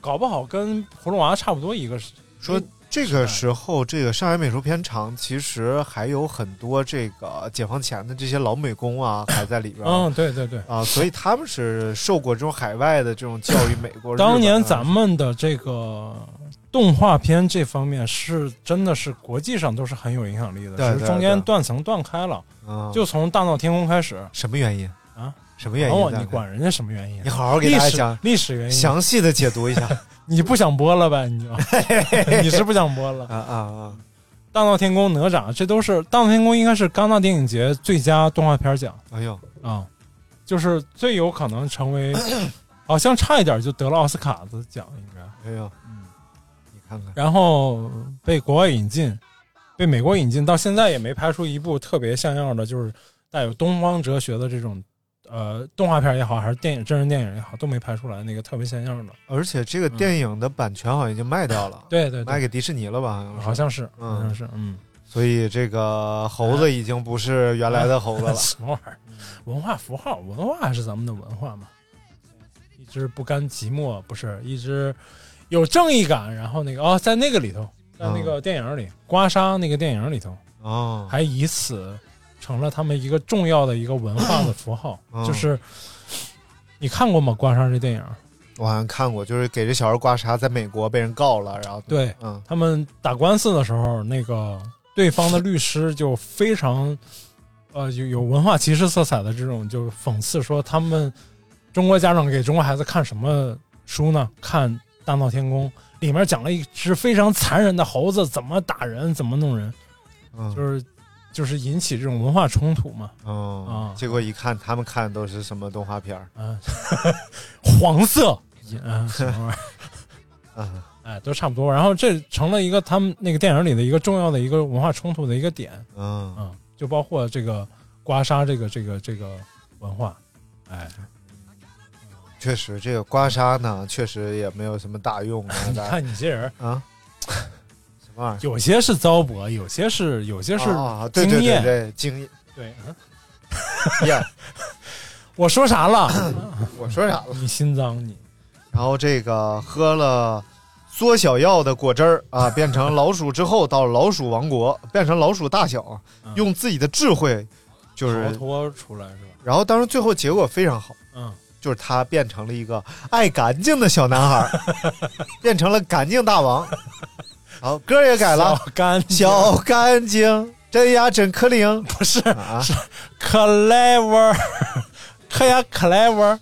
Speaker 10: 搞不好跟葫芦娃差不多一个时。
Speaker 9: 说这个时候，这个上海美术片厂其实还有很多这个解放前的这些老美工
Speaker 10: (coughs)
Speaker 9: 啊，还在里边儿。
Speaker 10: 嗯，对对对，
Speaker 9: 啊，所以他们是受过这种海外的这种教育，美国。
Speaker 10: 当年咱
Speaker 9: 们
Speaker 10: 们的这个动画片这方面是真的是国际上都是很有影响力的，
Speaker 9: 对
Speaker 10: 只是
Speaker 9: 对
Speaker 10: 中间
Speaker 9: 对
Speaker 10: 断层断开了，
Speaker 9: 啊，
Speaker 10: 就从大闹天宫开始
Speaker 9: 什么原因
Speaker 10: 啊？
Speaker 9: 什么原
Speaker 10: 管
Speaker 9: 因
Speaker 10: 我？
Speaker 9: 咱
Speaker 10: 你
Speaker 9: 们
Speaker 10: 管人家什么原因
Speaker 9: 你？好好给
Speaker 10: 历
Speaker 9: 大家
Speaker 10: 史哎
Speaker 9: 讲
Speaker 10: 历史原因，
Speaker 9: 详细的解读一
Speaker 10: (laughs)
Speaker 9: 下。
Speaker 10: 你不想播了呗？
Speaker 9: (laughs)
Speaker 10: 你就你是不想播了？
Speaker 9: 啊啊啊！
Speaker 10: 大闹天宫、哪吒，这都是大闹天宫应该是戛纳电影节最佳动画片奖
Speaker 9: 哎呦，
Speaker 10: 啊、就是最有可能
Speaker 9: (coughs)
Speaker 10: 成为，好像差一点就得了奥斯卡的奖，应该。
Speaker 9: 哎呦，
Speaker 10: 嗯，
Speaker 9: 你看看，
Speaker 10: 然后被国外引进，被美国引进，到现在也没拍出一部特别像样的，就是带有东方哲学的这种，呃，动画片也好，还是电影真人电影也好，都没拍出来那个特别像样的。
Speaker 9: 而且这个
Speaker 10: 嗯
Speaker 9: 电影的版权好像已经卖掉了，
Speaker 10: 对对
Speaker 9: 卖
Speaker 10: 对，
Speaker 9: 给迪士尼了吧？好像是
Speaker 10: 好像是，
Speaker 9: 嗯
Speaker 10: 好像是，嗯，
Speaker 9: 所以这个猴子已经不是原来的猴
Speaker 10: (laughs)
Speaker 9: 子了。
Speaker 10: 什么玩意儿？文化符号，文化还是咱们的文化嘛。一只不甘寂寞，不是一只有正义感，然后那个哦，在那个里头，在那个电影里，刮痧那个电影里头，
Speaker 9: 哦，
Speaker 10: 还以此成了他们一个重要的一个文化的符号，
Speaker 9: 嗯
Speaker 10: 就是你看过吗？《刮痧》这电影，
Speaker 9: 我好像看过，就是给这小孩刮痧，在美国被人告了，然后
Speaker 10: 对
Speaker 9: 嗯，
Speaker 10: 他们打官司的时候，那个对方的律师就非常呃有有文化歧视色彩的这种，就讽刺说他们中国家长给中国孩子看什么书呢？看《大闹天宫》。里面讲了一只非常残忍的猴子怎么打人，怎么弄人，
Speaker 9: 嗯，
Speaker 10: 就是就是引起这种文化冲突嘛。
Speaker 9: 哦
Speaker 10: 啊
Speaker 9: 结果一看，他们看的都是什么动画片儿
Speaker 10: 啊，黄色，啊，什么玩意儿？
Speaker 9: 啊？
Speaker 10: 哎，都差不多。然后这成了一个他们那个电影里的一个重要的一个文化冲突的一个点
Speaker 9: 嗯，
Speaker 10: 啊，就包括这个刮痧这个这个这个文化，哎，
Speaker 9: 确实，这个刮痧呢，确实也没有什么大用啊。
Speaker 10: (laughs) 你
Speaker 9: 大家
Speaker 10: 看你这人，
Speaker 9: 啊，什么玩意儿？
Speaker 10: 有些是糟粕，有些是有些是
Speaker 9: 啊，对对
Speaker 10: 经
Speaker 9: 对
Speaker 10: 验
Speaker 9: 对，经验
Speaker 10: 对。嗯
Speaker 9: 呀，
Speaker 10: 我说
Speaker 9: (coughs)
Speaker 10: 啥了？
Speaker 9: 我说啥了？
Speaker 10: 你心脏你
Speaker 9: 然后这个喝了缩小药的果汁儿啊，变成老鼠之后，到老鼠王国变成老鼠大小啊
Speaker 10: 嗯，
Speaker 9: 用自己的智慧，就
Speaker 10: 逃
Speaker 9: 是，
Speaker 10: 脱出来是吧？
Speaker 9: 然后当时最后结果非常好，
Speaker 10: 嗯，
Speaker 9: 就是他变成了一个爱干净的小男孩儿，
Speaker 10: (laughs)
Speaker 9: 变成了干净大王。好，歌儿也改了，
Speaker 10: 小干净
Speaker 9: 小干净这呀真可灵，不
Speaker 10: 是
Speaker 9: 啊，
Speaker 10: clever，可 (laughs) 呀 clever，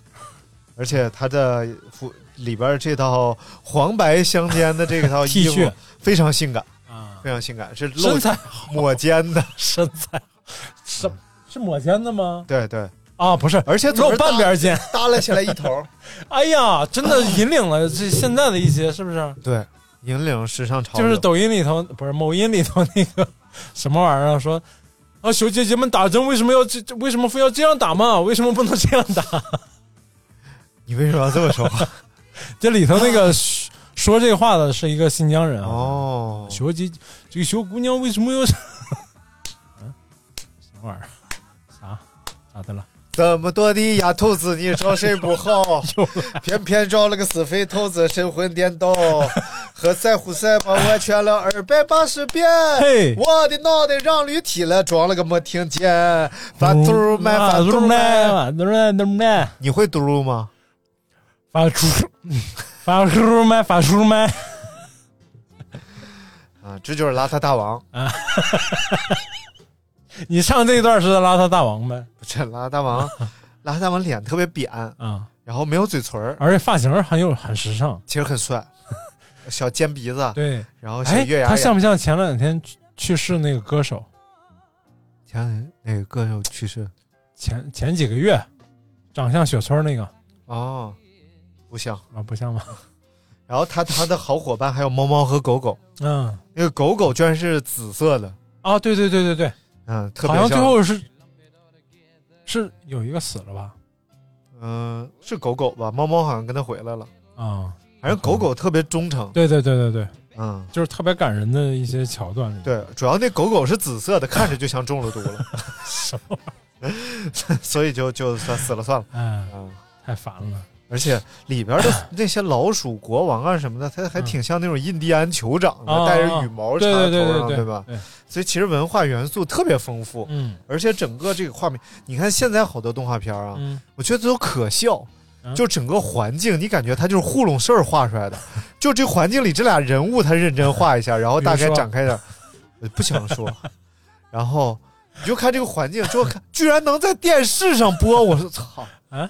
Speaker 9: 而且他的服里边这套黄白相间的这
Speaker 10: (laughs)
Speaker 9: 套衣
Speaker 10: T
Speaker 9: 服
Speaker 10: 恤
Speaker 9: 非常性感，
Speaker 10: 啊，
Speaker 9: 非常性感，是露
Speaker 10: 身材好
Speaker 9: 抹肩的， (laughs)
Speaker 10: 身材好是是抹肩的吗？
Speaker 9: 对对，
Speaker 10: 啊，不是，
Speaker 9: 而且总
Speaker 10: 露
Speaker 9: 是
Speaker 10: 半
Speaker 9: (laughs)
Speaker 10: 边肩。
Speaker 9: 耷拉起来一头，
Speaker 10: 哎呀，真的引领了这现在的一些，是不是？
Speaker 9: 对，引领时尚潮
Speaker 10: 就
Speaker 9: 流，
Speaker 10: 是抖音里头不是某音里头那个什么玩意儿啊说。啊，小姐姐们打针为什么要这？这为什么非要这样打嘛？为什么不能这样打？
Speaker 9: 你为什么要这么说话？
Speaker 10: (laughs)
Speaker 9: (laughs)
Speaker 10: 这里头那 (laughs) 个说说这话的是一个新疆人啊，
Speaker 9: 哦，
Speaker 10: 小姐，这个小姑娘为什么要？ (laughs) 嗯，什么玩意儿？啥？咋的了？
Speaker 9: 这么多的丫头子，你说谁不好？
Speaker 10: (laughs)
Speaker 9: 偏偏找了个死肥头子，神魂颠
Speaker 10: (laughs)
Speaker 9: 倒，和赛虎赛马我圈了二百八十遍
Speaker 10: 嘿，
Speaker 9: 我的脑袋让驴踢了，装了个没听见。反嘟麦，
Speaker 10: 啊
Speaker 9: 反嘟麦，
Speaker 10: 反嗯嘟麦，嘟麦，
Speaker 9: 你会嘟噜吗？
Speaker 10: 反嘟，反嘟麦，反嘟麦。
Speaker 9: 啊，这就是邋遢大王，
Speaker 10: 你唱这一段是在邋遢大王呗？
Speaker 9: 不是邋遢大
Speaker 10: (laughs)
Speaker 9: 王，邋遢大王脸特别扁，
Speaker 10: 啊，
Speaker 9: 然后没有嘴唇儿，
Speaker 10: 而且发型很有很时尚。
Speaker 9: 其实很
Speaker 10: (laughs)
Speaker 9: 帅，小尖鼻子，
Speaker 10: 对，
Speaker 9: 然后小
Speaker 10: 哎
Speaker 9: 月，牙
Speaker 10: 他
Speaker 9: 眼。
Speaker 10: 像不像前两天去去世那个歌手？
Speaker 9: 前两天那个歌手去世
Speaker 10: 前前几个月，长相雪村那个
Speaker 9: 哦，不像。
Speaker 10: 啊，不像吗？
Speaker 9: 然后他他的好伙伴还有猫猫和狗狗，
Speaker 10: 嗯，
Speaker 9: 那个狗狗居然是紫色的，
Speaker 10: 啊，对对对对对，
Speaker 9: 嗯，特别
Speaker 10: 好像最
Speaker 9: 像
Speaker 10: 后是是有一个死了吧？
Speaker 9: 嗯、是狗狗吧？猫猫好像跟他回来了，
Speaker 10: 啊、
Speaker 9: 反正狗狗特别忠诚，
Speaker 10: 对对对对对，
Speaker 9: 嗯，
Speaker 10: 就是特别感人的一些桥段里。
Speaker 9: 对，主要那狗狗是紫色的，看着就像中了毒了，
Speaker 10: 什么？
Speaker 9: (laughs) 所以就就算死了算了，
Speaker 10: 哎，
Speaker 9: 嗯。
Speaker 10: 太烦了。
Speaker 9: 而且里边的那些老鼠、国王啊什么的，它还
Speaker 10: 嗯
Speaker 9: 挺像那种印第安酋长
Speaker 10: 啊
Speaker 9: 的，戴着羽毛插
Speaker 10: 对
Speaker 9: 在
Speaker 10: 对对
Speaker 9: 头
Speaker 10: 对
Speaker 9: 上，对吧？
Speaker 10: 对，
Speaker 9: 所以其实文化元素特别丰富，
Speaker 10: 嗯
Speaker 9: 而且整个这个画面，你看现在好多动画片啊，
Speaker 10: 嗯，
Speaker 9: 我觉得都可笑
Speaker 10: 嗯。
Speaker 9: 就整个环境，你感觉他就是糊弄事儿画出来的。就这环境里这俩人物，他认真画一下，然后大概展开点，我不想说。然后你就看这个环境，就看居然能在电视上播，我说操
Speaker 10: (laughs)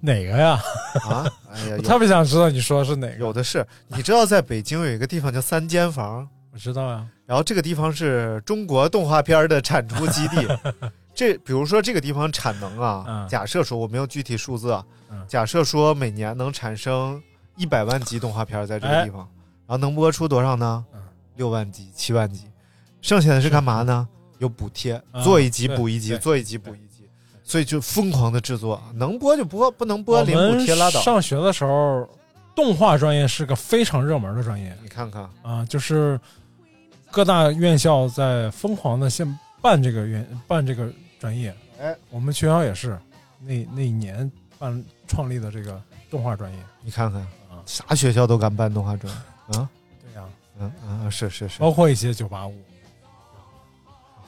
Speaker 10: 哪个呀？
Speaker 9: 啊！哎呀，
Speaker 10: 我
Speaker 9: 有
Speaker 10: 特别想知道你说的是哪个。
Speaker 9: 有的是。你知道在北京有一个地方叫三间房，
Speaker 10: 我知道呀。
Speaker 9: 然后这个地方是中国动画片的产出基
Speaker 10: (laughs)
Speaker 9: 地。这比如说这个地方产能啊，
Speaker 10: 嗯
Speaker 9: 假设说我没有具体数字啊，
Speaker 10: 嗯
Speaker 9: 假设说每年能产生一百万集动画片在这个地方，然后能播出多少呢
Speaker 10: 哎嗯？
Speaker 9: 六万集、七万集，剩下的是干嘛呢？有补贴，
Speaker 10: 嗯
Speaker 9: 做一集补一集，
Speaker 10: 对对
Speaker 9: 做一集补一集，所以就疯狂的制作，能播就播，不能播
Speaker 10: 我
Speaker 9: 零补
Speaker 10: 们
Speaker 9: 贴拉倒。
Speaker 10: 上学的时候，动画专业是个非常热门的专业
Speaker 9: 你看看，
Speaker 10: 啊，就是各大院校在疯狂的现办这个院办这个专业。
Speaker 9: 哎，
Speaker 10: 我们学校也是那那一年办创立的这个动画专业。
Speaker 9: 你看看
Speaker 10: 嗯，
Speaker 9: 啥学校都敢办动画专啊？
Speaker 10: 对呀、
Speaker 9: 嗯嗯，是是是，
Speaker 10: 包括一些九八五，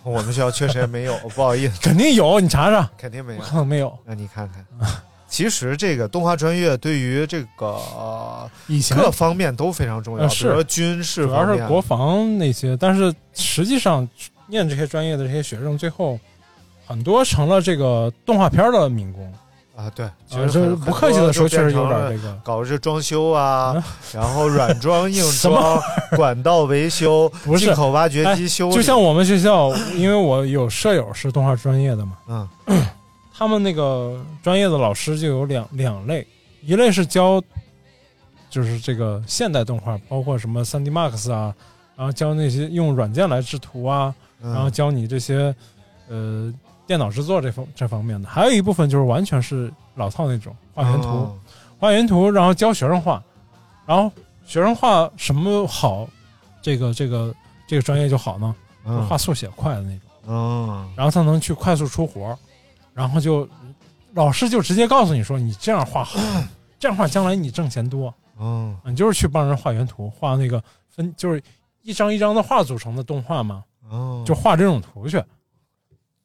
Speaker 9: 我们学校确实也
Speaker 10: (laughs)
Speaker 9: 没有，不好意思，
Speaker 10: 肯定有，你查查，
Speaker 9: 肯定没有
Speaker 10: (laughs) 我。可能没有。
Speaker 9: 那你看看，其实这个动画专业对于这个、呃
Speaker 10: 以前
Speaker 9: 各方面都非常重要，
Speaker 10: 呃
Speaker 9: 比
Speaker 10: 是
Speaker 9: 如说军事
Speaker 10: 主要
Speaker 9: 方面，
Speaker 10: 是国防那些，但是实际上念这些专业的这些学生，最后很多成了这个动画片的民工。
Speaker 9: 啊，对，其
Speaker 10: 啊，
Speaker 9: 实
Speaker 10: 这
Speaker 9: 很
Speaker 10: 不客气的说，确实有。
Speaker 9: 很多就变成了
Speaker 10: 点这个。
Speaker 9: 搞这装修啊，
Speaker 10: 嗯
Speaker 9: 然后软装、硬
Speaker 10: (laughs) 什么
Speaker 9: 装、管道维修、
Speaker 10: (laughs) 不是哎
Speaker 9: 进口挖掘机修理，
Speaker 10: 就像我们学校，因为我有舍友是动画专业的嘛，
Speaker 9: 嗯
Speaker 10: (clears throat) 他们那个专业的老师就有两两类，一类是教就是这个现代动画，包括什么 3D Max 啊，然后教那些用软件来制图啊，
Speaker 9: 嗯，
Speaker 10: 然后教你这些呃电脑制作这方这方面的，还有一部分就是完全是老套那种画原图，
Speaker 9: 哦
Speaker 10: 画原图，然后教学生画，然后学生画什么好，这个这个这个专业就好呢，
Speaker 9: 嗯
Speaker 10: 画速写快的那种，
Speaker 9: 嗯
Speaker 10: 然后他能去快速出活儿，然后就老师就直接告诉你说，你这样
Speaker 9: (clears throat)
Speaker 10: 画好，这样画将来你挣钱多，
Speaker 9: 嗯
Speaker 10: 你就是去帮人画原图，画那个分就是一张一张的画组成的动画嘛，
Speaker 9: 嗯，
Speaker 10: 就画这种图去，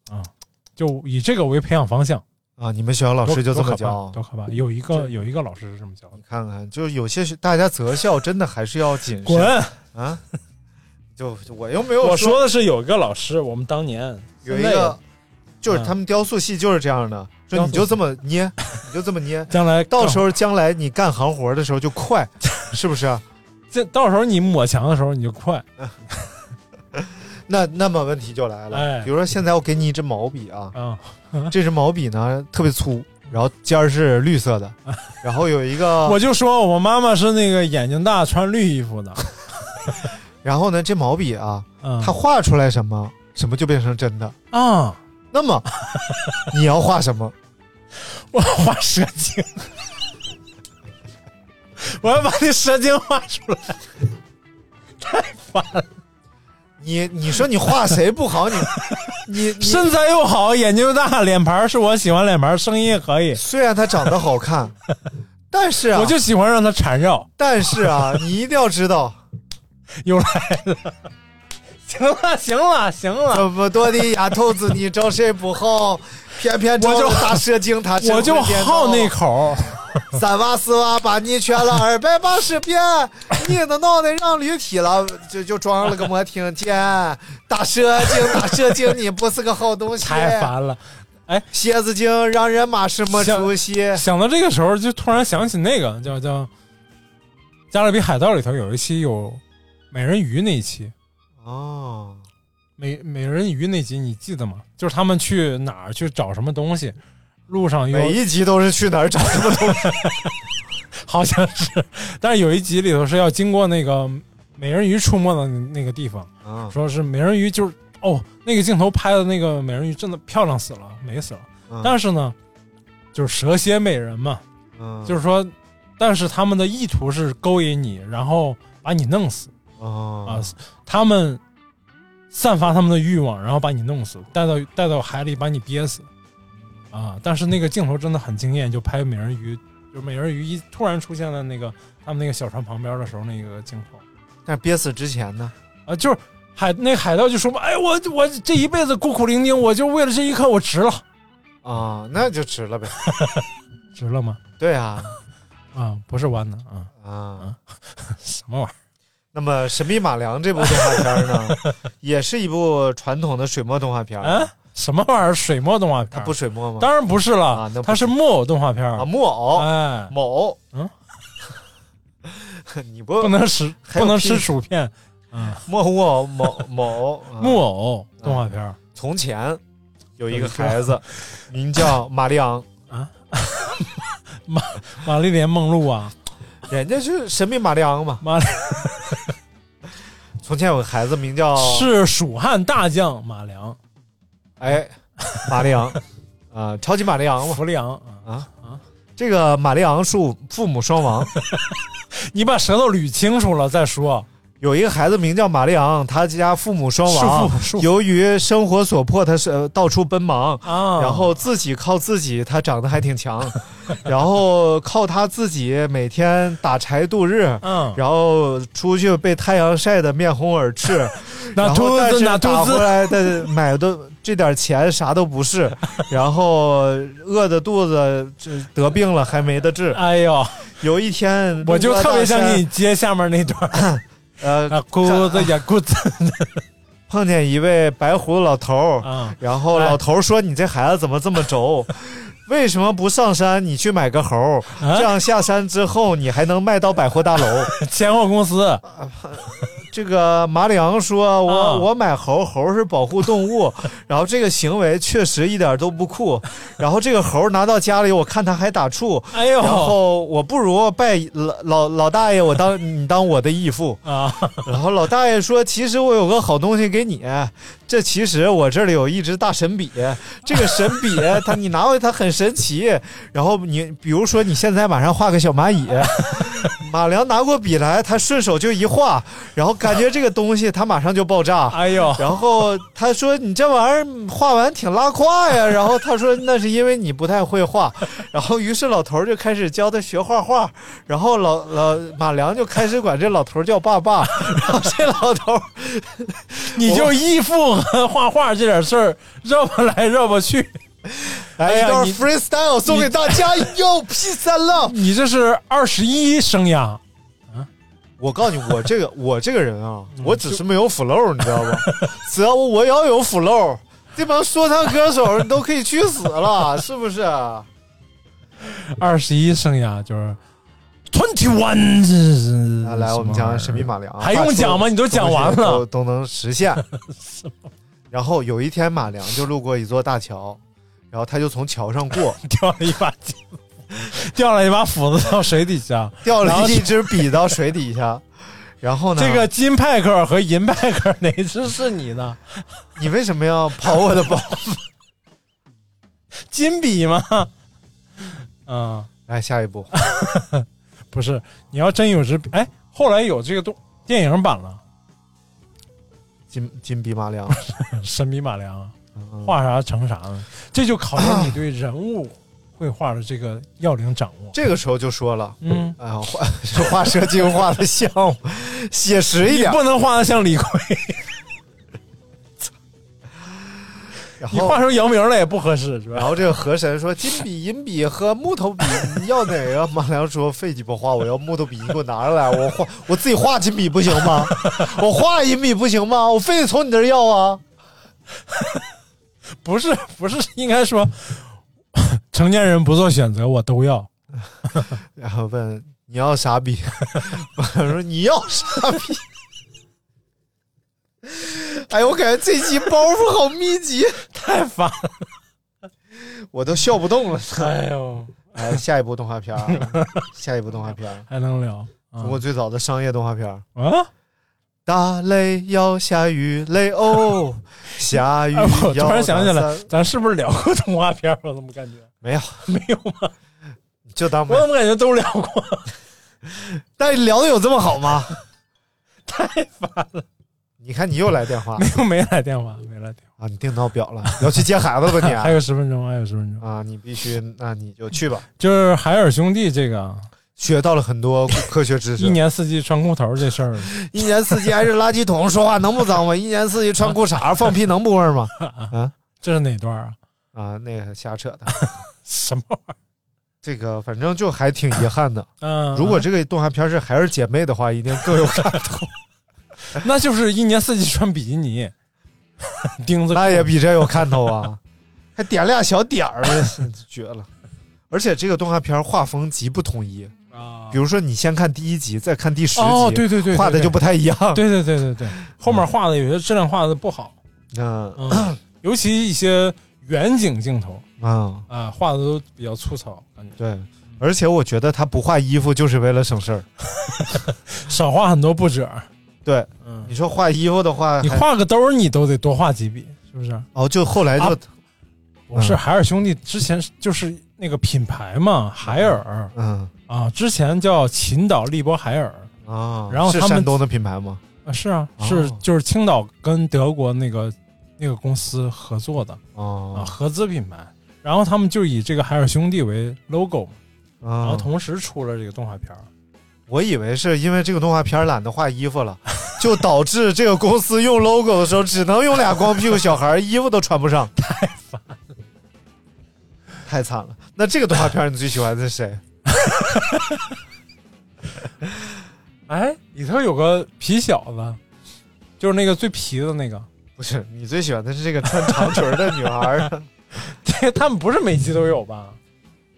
Speaker 10: 啊，就以这个为培养方向。
Speaker 9: 啊，你们学校老师就这么教
Speaker 10: 多可怕，多可怕！有一个有一个老师是这么教的
Speaker 9: 啊你，看看，就是有些学大家择校真的还是要谨慎
Speaker 10: 滚！
Speaker 9: 啊！ (laughs) 就就我又没有
Speaker 10: (laughs) 我
Speaker 9: 说
Speaker 10: 说啊的是有一个老师，我们当年
Speaker 9: 有一
Speaker 10: 现在
Speaker 9: 个
Speaker 10: 也，嗯
Speaker 9: 就是他们雕塑系就是这样的，就你就这么捏，你就这么捏，
Speaker 10: 将来
Speaker 9: 到时候将来你干行活的时候就快，是不是啊？
Speaker 10: 这到时候你抹墙的时候你就快，
Speaker 9: 那那么问题就来了，
Speaker 10: 哎
Speaker 9: 比如说现在我给你一支毛笔啊，
Speaker 10: 啊
Speaker 9: 这支毛笔呢特别粗，然后尖儿是绿色的，然后有一
Speaker 10: 嗯我
Speaker 9: 个，
Speaker 10: 就说我妈妈是那个眼睛大穿绿衣
Speaker 9: (laughs)
Speaker 10: 服的，
Speaker 9: 然后呢这毛笔啊，
Speaker 10: 嗯，
Speaker 9: 它画出来什么，什么就变成真的。
Speaker 10: 啊，
Speaker 9: 那么 (laughs) 你要画什么？
Speaker 10: 我画蛇精， (laughs) 我要把那蛇精画出来，
Speaker 9: 你你说你画谁不好？你你
Speaker 10: (laughs)
Speaker 9: 你
Speaker 10: 身材又好，眼睛又大，脸盘儿是我喜欢脸盘儿，声音也可以，
Speaker 9: 虽然他长得好
Speaker 10: (laughs)
Speaker 9: 看，但是啊，
Speaker 10: 我就喜欢让它缠绕。
Speaker 9: (laughs) 但是啊，你一定要知道，
Speaker 10: 又来了， (laughs) 行了，行了，行了，
Speaker 9: 这么多的丫头子，你招谁不好？偏偏招
Speaker 10: 我就
Speaker 9: 了大蛇精，他
Speaker 10: (laughs) 我就好那口儿，
Speaker 9: (laughs) 三娃四娃把你圈了二百八十遍，你的脑袋让驴踢了，就就装了个没听见。大蛇精，大蛇精，你不是个好东西。
Speaker 10: 太烦了。
Speaker 9: 蝎子精让人骂是没出息。
Speaker 10: (laughs) 想到这个时候，就突然想起那个叫叫《加勒比海盗》里头有一期有美人鱼那一期，
Speaker 9: 哦，
Speaker 10: 美美人鱼那集你记得吗？就是他们去哪儿去找什么东西，路上有
Speaker 9: 每一集都是去哪儿找
Speaker 10: (laughs)
Speaker 9: 什么东西？
Speaker 10: 好像是，但是有一集里头是要经过那个美人鱼出没的那个地方，
Speaker 9: 啊
Speaker 10: 说是美人鱼就是哦，那个镜头拍的那个美人鱼真的漂亮死了，美死了。
Speaker 9: 嗯
Speaker 10: 但是呢，就是蛇蝎美人嘛，
Speaker 9: 嗯
Speaker 10: 就是说，但是他们的意图是勾引你，然后把你弄死啊
Speaker 9: 啊，
Speaker 10: 他们散发他们的欲望，然后把你弄死，带到带到海里把你憋死啊！但是那个镜头真的很惊艳，就拍美人鱼，就是美人鱼一突然出现在那个他们那个小船旁边的时候，那个镜头
Speaker 9: 但是憋死之前呢？
Speaker 10: 啊，就是海那海盗就说嘛，哎，我我这一辈子孤苦伶仃，我就为了这一刻，我值了，
Speaker 9: 啊，那就值了呗。嗯
Speaker 10: 值了吗？
Speaker 9: 对啊，
Speaker 10: 啊，不是弯的啊，
Speaker 9: 啊，
Speaker 10: 什么玩意儿？
Speaker 9: 那么《神笔马良》这部动画片呢，也是一部传统的水墨动画片儿。
Speaker 10: 啊，什么玩意儿？水墨动画片？
Speaker 9: 它不水墨吗？
Speaker 10: 当然不是了，
Speaker 9: 啊那不是
Speaker 10: 它是木偶动画片儿
Speaker 9: 啊，木偶，
Speaker 10: 哎，
Speaker 9: 木偶。
Speaker 10: 嗯，
Speaker 9: (laughs) 你不
Speaker 10: 不能吃，
Speaker 9: 还有
Speaker 10: 不能
Speaker 9: 屁啊
Speaker 10: 吃薯片。嗯，
Speaker 9: 木偶某某
Speaker 10: 木
Speaker 9: 偶啊。
Speaker 10: 偶动画片儿
Speaker 9: 从前有一个孩子，名叫玛丽昂，
Speaker 10: 《玛丽莲梦露》啊，
Speaker 9: 人家是神笔马丽昂嘛。
Speaker 10: 玛丽
Speaker 9: 从前有个孩子名叫
Speaker 10: (laughs) 是蜀汉大将马良，
Speaker 9: 啊哎，马丽昂啊，超级马丽昂嘛。
Speaker 10: 福利昂啊。
Speaker 9: 这个马丽昂树父母双亡，
Speaker 10: 你把舌头捋清楚了再说。
Speaker 9: 有一个孩子名叫马丽昂，他家父母双亡
Speaker 10: 是父，母
Speaker 9: 由于生活所迫，他是呃到处奔忙。
Speaker 10: 啊，
Speaker 9: 然后自己靠自己，他长得还挺强， (laughs) 然后靠他自己每天打柴度日，
Speaker 10: 嗯，
Speaker 9: 然后出去被太阳晒得面红耳赤，
Speaker 10: (laughs) 那
Speaker 9: 然后
Speaker 10: 兔
Speaker 9: 但
Speaker 10: 子
Speaker 9: 是
Speaker 10: 那兔
Speaker 9: 打回
Speaker 10: 子，
Speaker 9: 来的买的这点钱啥都不
Speaker 10: (laughs)
Speaker 9: 是，然后饿的肚子这得病了还没得治。
Speaker 10: 哎呦，
Speaker 9: 有一天
Speaker 10: 我就特别想给
Speaker 9: 你。
Speaker 10: 你接下面那
Speaker 9: (laughs)
Speaker 10: 段儿 (laughs)
Speaker 9: 呃，
Speaker 10: 啊，裤子呀裤子
Speaker 9: 碰见一位白胡子老头儿，
Speaker 10: 啊，
Speaker 9: 然后
Speaker 10: 哎
Speaker 9: 老头儿说：“你这孩子怎么这么
Speaker 10: (laughs)
Speaker 9: 轴？为什么不上山？你去买个猴儿，
Speaker 10: 啊
Speaker 9: 这样下山之后你还能卖到百货大
Speaker 10: (laughs)
Speaker 9: 楼。
Speaker 10: 前货公司，”
Speaker 9: 这个马里昂说：“我、
Speaker 10: 啊
Speaker 9: 我买猴儿，猴儿是保护动
Speaker 10: (laughs)
Speaker 9: 物，然后这个行为确实一点都不酷。然后这个猴儿拿到家里，我看他还打怵。”
Speaker 10: 哎呦
Speaker 9: 然后我不如拜老老老大爷，我当你当我的义父。
Speaker 10: 啊，
Speaker 9: 然后老大爷说：“其实我有个好东西给你，这其实我这里有一支大神笔，这个神笔它你拿回它很神奇。然后你比如说你现在马上画个小蚂蚁，马良拿过笔来，他顺手就一画，然后感觉这个东西它马上就爆炸。”
Speaker 10: 哎呦，
Speaker 9: 然后他说：“你这玩意儿画完挺拉胯
Speaker 10: (laughs)
Speaker 9: 呀。”然后他说：“那是因为你不太会画。”然后于是老头儿就开始教他学画画。然后老老马良就开始管这老头儿叫爸 (laughs) 爸。然后这老头儿
Speaker 10: 你就义父和画画这点事儿绕不来绕不去，
Speaker 9: 来
Speaker 10: (laughs) 哎
Speaker 9: 一
Speaker 10: 呀
Speaker 9: 段
Speaker 10: 你
Speaker 9: freestyle 送给大家，哟，peace and love。
Speaker 10: 你这是二十一生涯，
Speaker 9: 我告诉你，我这个我这个人啊，
Speaker 10: 嗯
Speaker 9: 我只是没有 flow，你知道吧？ (laughs) 只要我要有 flow，这帮说唱歌手你都可以去死了，是不是？啊
Speaker 10: 二十一生涯就是 twenty one，这是
Speaker 9: 啊来，我们讲神
Speaker 10: 什么玩
Speaker 9: 笔
Speaker 10: 意儿
Speaker 9: 马良，
Speaker 10: 还用讲吗？你都讲完
Speaker 9: 东西都
Speaker 10: 了，
Speaker 9: 都能实
Speaker 10: (laughs)
Speaker 9: 现。然后有一天，马良就路过一座大桥，然后他就从桥上
Speaker 10: (laughs)
Speaker 9: 过，
Speaker 10: 掉了一把金，掉了一把斧子到水底下。
Speaker 9: 掉
Speaker 10: 然后
Speaker 9: 了一支笔到水底
Speaker 10: (laughs)
Speaker 9: 下。然后呢？
Speaker 10: 这个金派克和银派克哪只是你
Speaker 9: (laughs)
Speaker 10: 的？
Speaker 9: 你为什么要跑我的 (laughs) 包？
Speaker 10: 金笔吗？嗯，
Speaker 9: 来哎下一步，
Speaker 10: 不是，你要真有支笔，哎，后来有这个动电影版了，
Speaker 9: 金金笔马
Speaker 10: (laughs)
Speaker 9: 良，
Speaker 10: 《神笔马良
Speaker 9: 嗯》，
Speaker 10: 画啥成啥呢？这就考验你对人
Speaker 9: (laughs)
Speaker 10: 物绘画的这个要领掌握。
Speaker 9: 这个时候就说了，
Speaker 10: 嗯，
Speaker 9: 哎呀， (laughs) 画这画蛇精画的像写实一
Speaker 10: 你
Speaker 9: 点，哦
Speaker 10: 不能画的像李逵，
Speaker 9: 然
Speaker 10: 你画
Speaker 9: 后。
Speaker 10: 成杨明了也不合适，是
Speaker 9: (laughs) 然
Speaker 10: 吧？
Speaker 9: 后这个河神说：“金笔、银笔和木头笔，你要哪个？”马良说：“废鸡巴画，我要木头笔，你给我拿上来，我画我自己画金笔不行 (laughs) 吗？我画银笔不行吗？我非得从你这儿要啊！
Speaker 10: 不是， (laughs) 不是，应该说成年人不做选择，我
Speaker 9: (laughs)
Speaker 10: 都要。
Speaker 9: 然后问你要啥笔？我说你要啥笔？ (laughs) 哎呦，我感觉这期包袱好密集，
Speaker 10: 太烦了，
Speaker 9: 我都笑不动了。
Speaker 10: (laughs) 哎呦，
Speaker 9: (laughs) 哎，下一部动画片儿，下一部动画片 (laughs) 儿，
Speaker 10: 还能聊啊
Speaker 9: 中国最早的商业动画片儿。
Speaker 10: 啊！
Speaker 9: 打雷要下雨嘞哦，
Speaker 10: (laughs)
Speaker 9: 下雨
Speaker 10: 哎，我突
Speaker 9: 要
Speaker 10: 然想起
Speaker 9: 打
Speaker 10: 来，
Speaker 9: 伞，
Speaker 10: 咱是不是聊过动画片儿？我怎么感觉
Speaker 9: (laughs) 没有，
Speaker 10: 没有吗？
Speaker 9: 就当没
Speaker 10: 我
Speaker 9: 有。
Speaker 10: 怎么感觉都聊过？
Speaker 9: (laughs) 但聊的有这么好吗？ (laughs)
Speaker 10: 太烦了，
Speaker 9: 你看你又来电话
Speaker 10: 没有 (laughs) 没来电话，没来电
Speaker 9: 啊，你定闹表了，要去接孩子吧你
Speaker 10: 话， (laughs) 还有十分钟，还有十分钟。
Speaker 9: 啊，你必须，那你就去
Speaker 10: (laughs)
Speaker 9: 吧。
Speaker 10: 就是海尔兄弟这个
Speaker 9: 学到了很多科学知识，
Speaker 10: 一年四季穿裤头这事儿，
Speaker 9: 一年四季挨着垃圾桶，说话能不脏吗？一年四季穿裤衩放屁能不味儿吗？
Speaker 10: 这是哪段啊？
Speaker 9: 啊，那个瞎扯的，
Speaker 10: 什么玩意儿？
Speaker 9: 这个反正就还挺遗憾的。
Speaker 10: 嗯，
Speaker 9: 如果这个动画片是海尔姐妹的话，一定更有看头。
Speaker 10: 那就是一年四季穿比基尼， (laughs) 钉子裤
Speaker 9: 那也比这有看头啊， (laughs) 还点俩小点儿， (laughs) 绝了！而且这个动画片画风极不统一，
Speaker 10: 啊，
Speaker 9: 比如说你先看第一集，再看第十集，
Speaker 10: 哦，对对对，对
Speaker 9: 画的就不太一样。
Speaker 10: (laughs) 对对对对对，后面画的有些质量画的不好，
Speaker 9: (laughs) 嗯
Speaker 10: 嗯， (clears throat) 尤其一些远景镜头
Speaker 9: 嗯，
Speaker 10: 啊，画的都比较粗糙，感觉
Speaker 9: 对。而且我觉得他不画衣服就是为了省事儿。
Speaker 10: 少画很多布褶儿。
Speaker 9: 对，
Speaker 10: 嗯
Speaker 9: 你，说画衣服的话，
Speaker 10: 你
Speaker 9: 还
Speaker 10: 画个兜儿你都得多画几笔，是不是？
Speaker 9: 哦，就后来就、
Speaker 10: 啊我是海尔兄弟之前是就是那个品牌嘛，海尔
Speaker 9: 嗯
Speaker 10: 啊，之前叫秦岛利波海尔
Speaker 9: 啊，
Speaker 10: 然后
Speaker 9: 是
Speaker 10: 他们
Speaker 9: 山东的品牌吗？
Speaker 10: 啊，是啊，
Speaker 9: 哦
Speaker 10: 是就是青岛跟德国那个那个公司合作的啊，
Speaker 9: 哦，
Speaker 10: 合资品牌。然后他们就以这个海尔兄弟为 logo，嘛然后
Speaker 9: 啊，
Speaker 10: 同时出了这个动画片儿。
Speaker 9: 我以为是因为这个动画片懒得画衣服了， (laughs) 就导致这个公司用 logo 的时候只能用俩光屁股小孩，衣服都穿不上，太烦， (laughs) 太惨了。那这个动画片你最喜欢的是谁？
Speaker 10: 哎，里头有个皮小子，就是那个最皮的那个。
Speaker 9: (laughs)
Speaker 10: (laughs)
Speaker 9: 不是你最喜欢的是这个穿长裙的女孩，
Speaker 10: 这他们不是每集都有吧？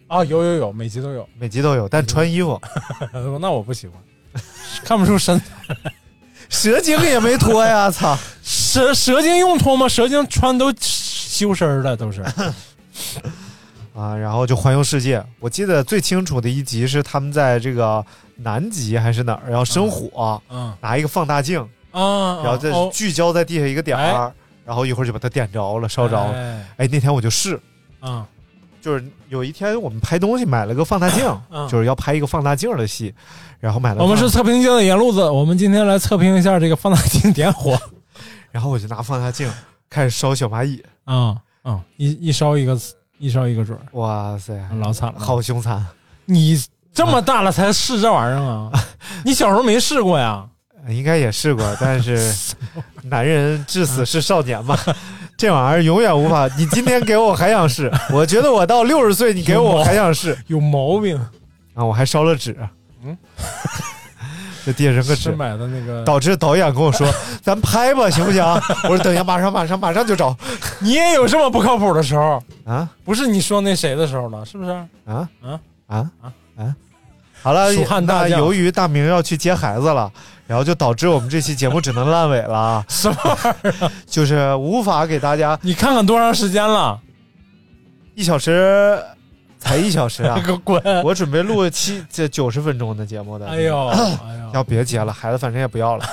Speaker 10: 啊，有有有，每集都有。
Speaker 9: (laughs)
Speaker 10: (laughs)
Speaker 9: 每集都有，但穿衣服，
Speaker 10: 那我不喜欢，看不出身。
Speaker 9: (laughs) 蛇精也没脱 (laughs) 呀，操！
Speaker 10: 蛇蛇精用脱吗？蛇精穿都修身儿了，都是。
Speaker 9: 啊，然后就环游世界。我记得最清楚的一集是他们在这个南极还是哪儿，然后生火，
Speaker 10: (laughs) 嗯
Speaker 9: 拿一个放大镜，
Speaker 10: 啊啊，
Speaker 9: 然后再
Speaker 10: 哦
Speaker 9: 聚焦在地下一个点儿，然后一会儿就把它点着了，烧着了。
Speaker 10: 哎
Speaker 9: 哎，那天我就试，
Speaker 10: 啊
Speaker 9: 就是有一天我们拍东西买了个放大镜，
Speaker 10: (coughs) 嗯
Speaker 9: 就是要拍一个放大镜的戏，然后买了
Speaker 10: 我们
Speaker 9: 放
Speaker 10: 是，测评界的野路子，我们今天来测评一下这个放大镜点火。
Speaker 9: 然后我就拿放大镜开始烧小蚂蚁，
Speaker 10: (laughs) 啊啊，一一烧一个，一烧一个准儿，
Speaker 9: 哇塞，
Speaker 10: 老惨了。，
Speaker 9: 好凶残！
Speaker 10: 你这么大了才试这玩意儿啊？你小时候没试过呀？
Speaker 9: 应该也试过，但
Speaker 10: (laughs)
Speaker 9: 是男人至死是少年嘛，
Speaker 10: 嗯
Speaker 9: (laughs) 这玩意儿永远无法。你今天给我还想
Speaker 10: (laughs)
Speaker 9: 试，我觉得我到六十岁你
Speaker 10: 嗯
Speaker 9: 给我还想试
Speaker 10: 有毛病！
Speaker 9: 啊！我还烧了纸，
Speaker 10: 嗯，
Speaker 9: (laughs) 就递人个纸
Speaker 10: 是，买的那
Speaker 9: (laughs)
Speaker 10: 个，
Speaker 9: 导致导演跟我
Speaker 10: (laughs)
Speaker 9: 说：“咱拍吧，行不行？”我说：“等一下，马上，马上，马上就找
Speaker 10: 你也有这么不靠谱的时候，
Speaker 9: 啊
Speaker 10: 不是你说那谁的时候了，是不是？
Speaker 9: 啊
Speaker 10: 啊
Speaker 9: 啊
Speaker 10: 啊
Speaker 9: 啊！”好了，
Speaker 10: 蜀汉大
Speaker 9: 那
Speaker 10: 将
Speaker 9: 由于大明要去接孩子了，然后就导致我们这期节目只能烂尾了，
Speaker 10: (laughs) 什么玩意儿？
Speaker 9: (laughs) 就是无法给大家
Speaker 10: 你看看多长时间了？
Speaker 9: 一小时，才一小时
Speaker 10: (laughs)
Speaker 9: 啊！
Speaker 10: 给我滚！
Speaker 9: 我准备录七这九十分钟的节目的。
Speaker 10: 哎呦，哎 (coughs)
Speaker 9: 要
Speaker 10: 呦
Speaker 9: 别结了，孩子反正也不要了。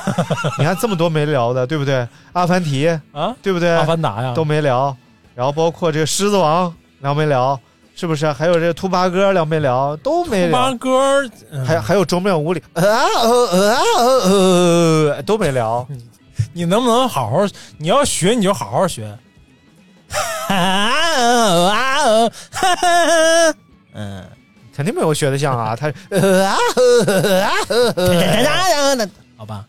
Speaker 9: 你看这么多没聊的，对不对？阿凡提，
Speaker 10: 啊！
Speaker 9: 对不对？
Speaker 10: 阿凡达呀，
Speaker 9: 都没聊，然后包括这个狮子王聊没聊，是不是？还有这个兔八哥聊没聊，都没
Speaker 10: 八
Speaker 9: 聊。
Speaker 10: 哥儿，嗯
Speaker 9: 还还有周妙无里，啊呃呃啊呃呃，都没聊。
Speaker 10: 你能不能好好？你要学你就好好学。 (laughs) 嗯，
Speaker 9: 肯定没有学的像
Speaker 10: (laughs)
Speaker 9: 啊，他呃啊呃啊呃。 (laughs)
Speaker 10: 好吧。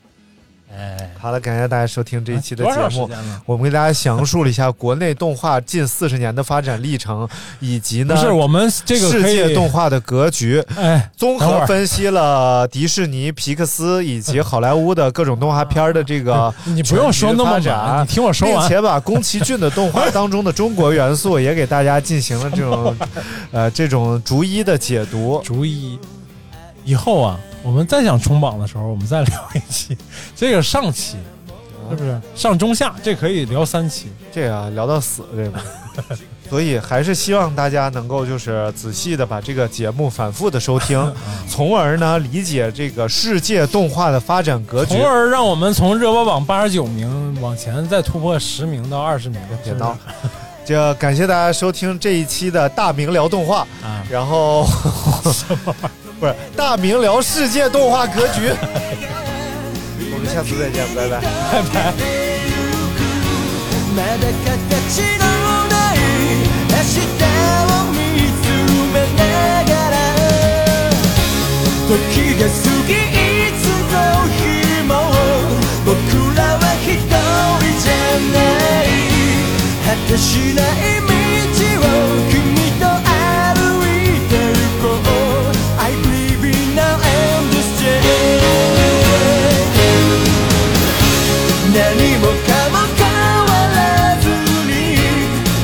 Speaker 10: 哎，
Speaker 9: 好了，感谢大家收听这一期的
Speaker 10: 啊多
Speaker 9: 节
Speaker 10: 长时
Speaker 9: 目。
Speaker 10: 间了？
Speaker 9: 我们给大家详述了一下国内动画近四十年的发展历程，以及呢
Speaker 10: 不是，我们这个
Speaker 9: 世
Speaker 10: 可
Speaker 9: 界
Speaker 10: 以
Speaker 9: 动画的格局。
Speaker 10: 哎，，
Speaker 9: 综合分析了迪士尼、皮克斯以及好莱坞的各种动画片儿的这个
Speaker 10: 你不用说那么满，
Speaker 9: 展啊
Speaker 10: 你，听我说
Speaker 9: 并
Speaker 10: 完。
Speaker 9: 且把宫崎骏的动画当中的中国元素也给大家进行了这种，
Speaker 10: (laughs)
Speaker 9: 呃，这种逐一的解读。
Speaker 10: 逐一，以后啊，我们再想冲榜的时候，我们再聊一期。这个上期是不是上中下？这可以聊三期。
Speaker 9: 这个啊聊到死这
Speaker 10: (laughs)
Speaker 9: 个，所以还是希望大家能够就是仔细的把这个节目反复的收
Speaker 10: (laughs)
Speaker 9: 听，从而呢理解这个世界动画的发展格局
Speaker 10: 从。而让我们从热播榜八十九名往前再突破十名到二十名，
Speaker 9: 别
Speaker 10: 是不是
Speaker 9: 闹！这感谢大家收听这一期的大明聊动画，
Speaker 10: 啊！
Speaker 9: 然后不是大明聊世界动画格局。 (laughs) 我们下次再见，拜拜。
Speaker 10: (laughs)
Speaker 11: まだ形のない明日を見つめながら時が過ぎいつの日も僕らは一人じゃない果てしない道を君と歩いて行こう I believe in now and this day 何もかも変わらずに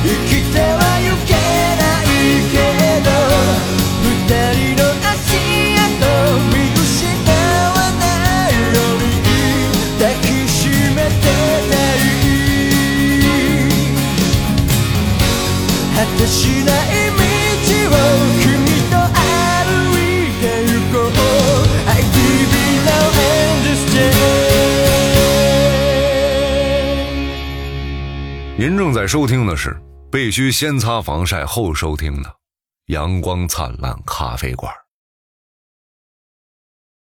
Speaker 11: 生きてはゆけないけど二人の足跡見失わないように抱きしめてたい果てしない道を君と歩いて行こう I believe in now and this day
Speaker 8: 您正在收听的是必须先擦防晒后收听的《阳光灿烂咖啡馆》。